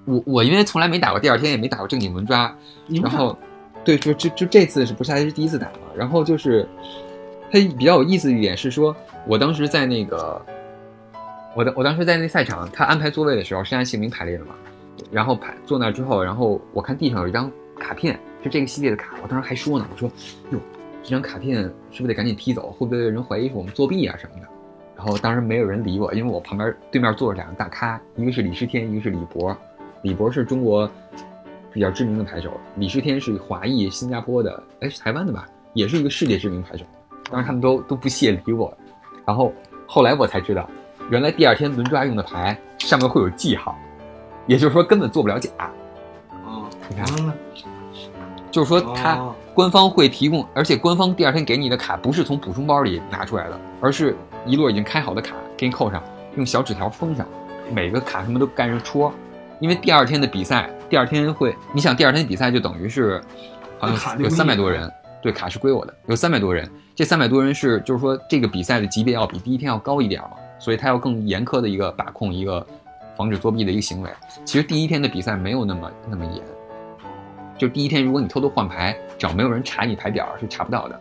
S2: 我我因为从来没打过第二天，也没打过正经轮抓，然后对，就就就这次是不是还是第一次打嘛？然后就是它比较有意思的一点是说，我当时在那个我当我当时在那赛场，他安排座位的时候是按姓名排列的嘛，然后排坐那之后，然后我看地上有一张卡片，是这个系列的卡，我当时还说呢，我说哟，这张卡片是不是得赶紧踢走？会不会有人怀疑是我们作弊啊什么的？然后当时没有人理我，因为我旁边对面坐着两个大咖，一个是李世天，一个是李博。李博是中国比较知名的牌手，李世天是华裔新加坡的，哎是台湾的吧，也是一个世界知名牌手。当时他们都都不屑理我。然后后来我才知道，原来第二天轮抓用的牌上面会有记号，也就是说根本做不了假。
S1: 哦
S4: 啊，
S2: 你看
S4: 然，
S1: 嗯
S4: 后呢？
S2: 就是说它
S4: 哦
S2: 官方会提供，而且官方第二天给你的卡不是从补充包里拿出来的，而是一摞已经开好的卡给你扣上，用小纸条封上，每个卡什么都盖上戳。因为第二天的比赛，第二天会，你想第二天的比赛就等于是，好
S4: 那卡
S2: 像
S4: 就
S2: 有
S4: 归
S2: 三百
S4: 你
S2: 多人，对，卡是归我的，有三百多人，这三百多人是就是说这个比赛的级别要比第一天要高一点嘛，所以他要更严苛的一个把控一个防止作弊的一个行为。其实第一天的比赛没有那么那么严，就第一天如果你偷偷换牌，只要没有人查你牌表是查不到的，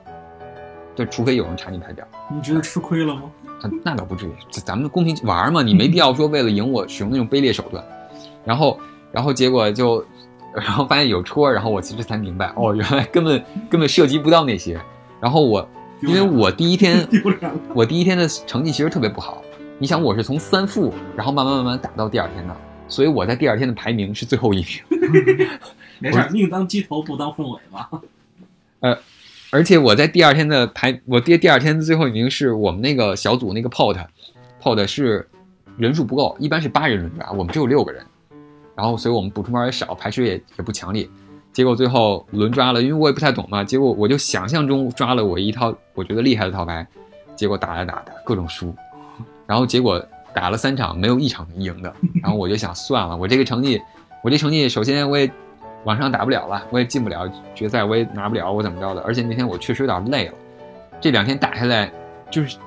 S2: 就除非有人查你牌表。
S3: 你觉得吃亏了吗？
S2: 啊那倒不至于，这咱们公平玩儿嘛，你没必要说为了赢我使用那种卑劣手段。然后，然后结果就，然后发现有戳，然后我其实才明白，哦，原来根本根本涉及不到那些。然后我，因为我第 一天我第一天的成绩其实特别不好，你想我是从三副，然后慢慢慢慢打到第二天的，所以我在第二天的排名是最后一名。
S1: 嗯没事儿，宁当鸡头不当凤尾吧。
S2: 而且我在第二天的排，我第第二天的最后一名是我们那个小组那个 pot，pot 是人数不够，一般是八人轮抓，我们只有六个人，然后所以我们补充包也少，排序也也不强烈，结果最后轮抓了，因为我也不太懂嘛，结果我就想象中抓了我一套我觉得厉害的套牌，结果打着打着各种输，然后结果打了三场没有一场能赢的，然后我就想算了，我这个成绩，我这成绩首先我也往上打不了了，我也进不了决赛，我也拿不了，我怎么着的？而且那天我确实有点累了，这两天打下来就是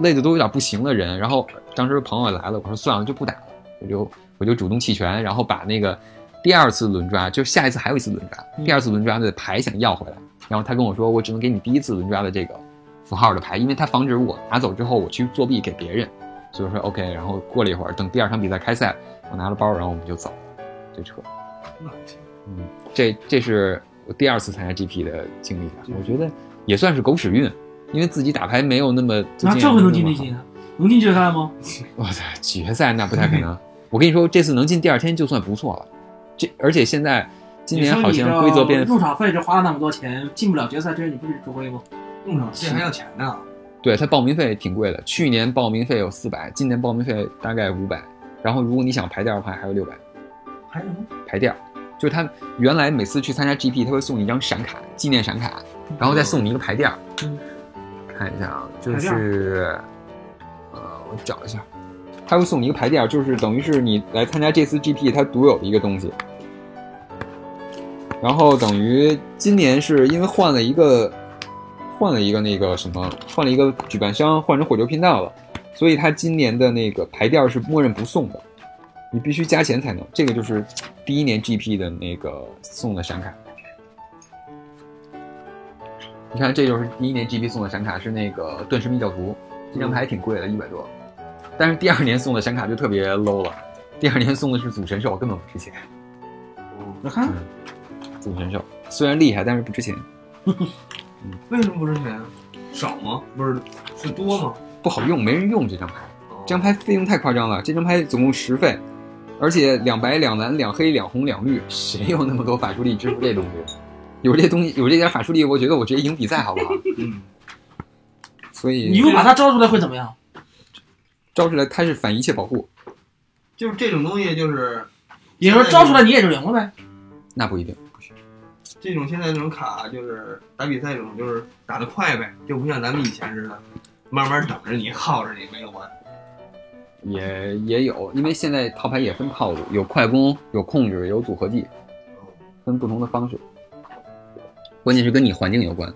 S2: 累的都有点不行了人。然后当时朋友也来了，我说算了就不打了，我就我就主动弃权，然后把那个第二次轮抓，就是下一次还有一次轮抓，第二次轮抓的牌想要回来，然后他跟我说我只能给你第一次轮抓的这个符号的牌，因为他防止我拿走之后我去作弊给别人，所以我说 OK。然后过了一会儿，等第二场比赛开赛，我拿了包，然后我们就走了，就撤。
S4: 那行
S2: 嗯，这这是我第二次参加 GP 的经历吧，我觉得也算是狗屎运，因为自己打牌没有那么。
S1: 那这回能进第几？呢？能进决赛吗？
S2: 我操，决赛那不太可能。我跟你说，这次能进第二天就算不错了。这而且现在今年好像规则变
S1: 你说你这入场费就花了那么多钱，进不了决赛，这你不是吃亏吗？
S4: 用场这还要钱呢，
S2: 对它报名费挺贵的，去年报名费有四百，今年报名费大概五百，然后如果你想排调的话，还有六百。
S4: 还有什么？
S2: 排调，就是他原来每次去参加 GP，他会送你一张闪卡，纪念闪卡，然后再送你一个排调。
S4: 嗯
S2: 看一下啊，就是，呃，我找一下，他会送你一个排调，就是等于是你来参加这次 GP 它独有的一个东西。然后等于今年是因为换了一个，换了一个那个什么，换了一个举办商，换成火球频道了，所以他今年的那个排调是默认不送的。你必须加钱才能。这个就是第一年 GP 的那个送的闪卡。你看，这就是第一年 GP 送的闪卡，是那个顿时密教徒，这张牌挺贵的，一百多。但是第二年送的闪卡就特别 low 了，第二年送的是祖神兽，根本不值钱。
S1: 我看
S2: 祖神兽虽然厉害，但是不值钱，
S4: 为什么不值钱？少吗？不是，是多吗？
S2: 不好用，没人用这张牌。
S4: 哦
S2: 这张牌费用太夸张了，这张牌总共十费，而且两白、两蓝、两黑、两红、两绿，谁有那么多法术力支付这东西？ 有这东西，有这点法术力，我觉得我直接赢比赛好不好？
S4: 嗯，
S2: 所
S1: 你
S2: 以
S1: 如果把它招出来会怎么样？
S2: 招出来它是反一切保护，
S4: 就是这种东西，就是
S1: 也就是招出来你也就赢了呗。
S2: 那不一定。
S4: 这种现在这种卡，就是打比赛这种，就是打得快呗，就不像咱们以前似的，慢慢等着你，耗着你没有完。
S2: 也也有，因为现在套牌也分套路，有快攻，有控制，有组合技，分不同的方式。关键是跟你环境有关，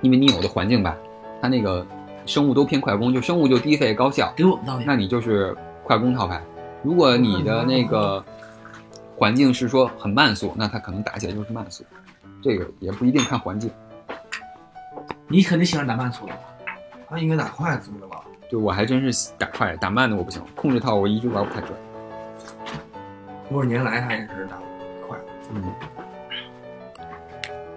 S2: 因为你有的环境吧，它那个生物都偏快攻，就生物就低费高效，
S1: 给我们道歉。
S2: 那你就是快攻套牌。如果你的那个环境是说很慢速，那它可能打起来就是慢速，这个也不一定看环境。
S1: 你肯定喜欢打慢速的吧？
S4: 他应该打快速的吧？
S2: 对我还真是打快打慢的我不行，控制套我一直玩不太准。
S4: 多少年来他也是打得快。
S2: 嗯，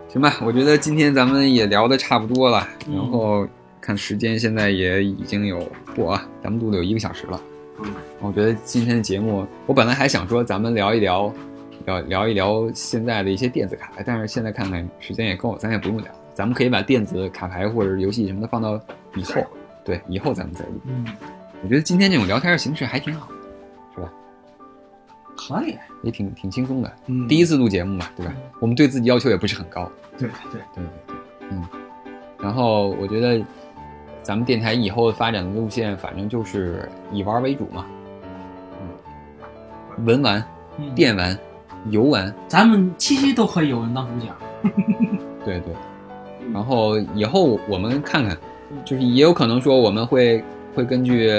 S2: 行吧，我觉得今天咱们也聊的差不多了，
S1: 嗯
S2: 然后看时间现在也已经有，嚯，咱们录了有一个小时了。
S4: 嗯，
S2: 我觉得今天的节目，我本来还想说咱们聊一聊，聊聊一聊现在的一些电子卡，但是现在看看时间也够，咱也不用聊，咱们可以把电子卡牌或者游戏什么的放到以后，对，以后咱们再录。
S1: 嗯，
S2: 我觉得今天这种聊天的形式还挺好，
S1: 可以，
S2: 也挺挺轻松的。
S4: 嗯，
S2: 第一次录节目嘛，对吧？我们对自己要求也不是很高，
S4: 对对，
S2: 对对对，嗯。然后我觉得咱们电台以后发展的路线，反正就是以玩为主嘛，嗯，文玩、
S1: 嗯，
S2: 电玩、游玩，
S1: 咱们七夕都可以有人当主角。
S2: 对对。然后以后我们看看，就是也有可能说我们会会根据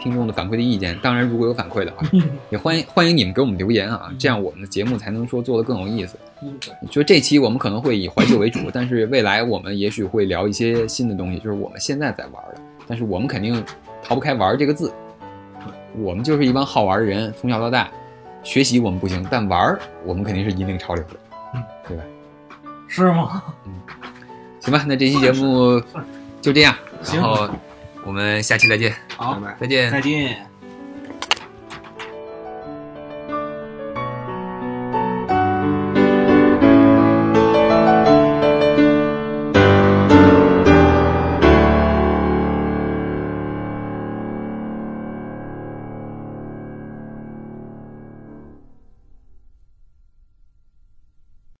S2: 听众的反馈的意见，当然如果有反馈的话，也欢迎欢迎你们给我们留言啊，这样我们的节目才能说做得更有意思。
S1: 嗯，
S2: 就这期我们可能会以怀旧为主，但是未来我们也许会聊一些新的东西，就是我们现在在玩的，但是我们肯定逃不开“玩”这个字。我们就是一帮好玩的人，从小到大，学习我们不行，但玩儿我们肯定是引领潮流的。
S1: 是吗？
S2: 行吧，那这期节目就这样，
S1: 行
S2: 然后我们下期再见，
S1: 好
S4: 拜，拜。
S2: 再见。
S1: 再见。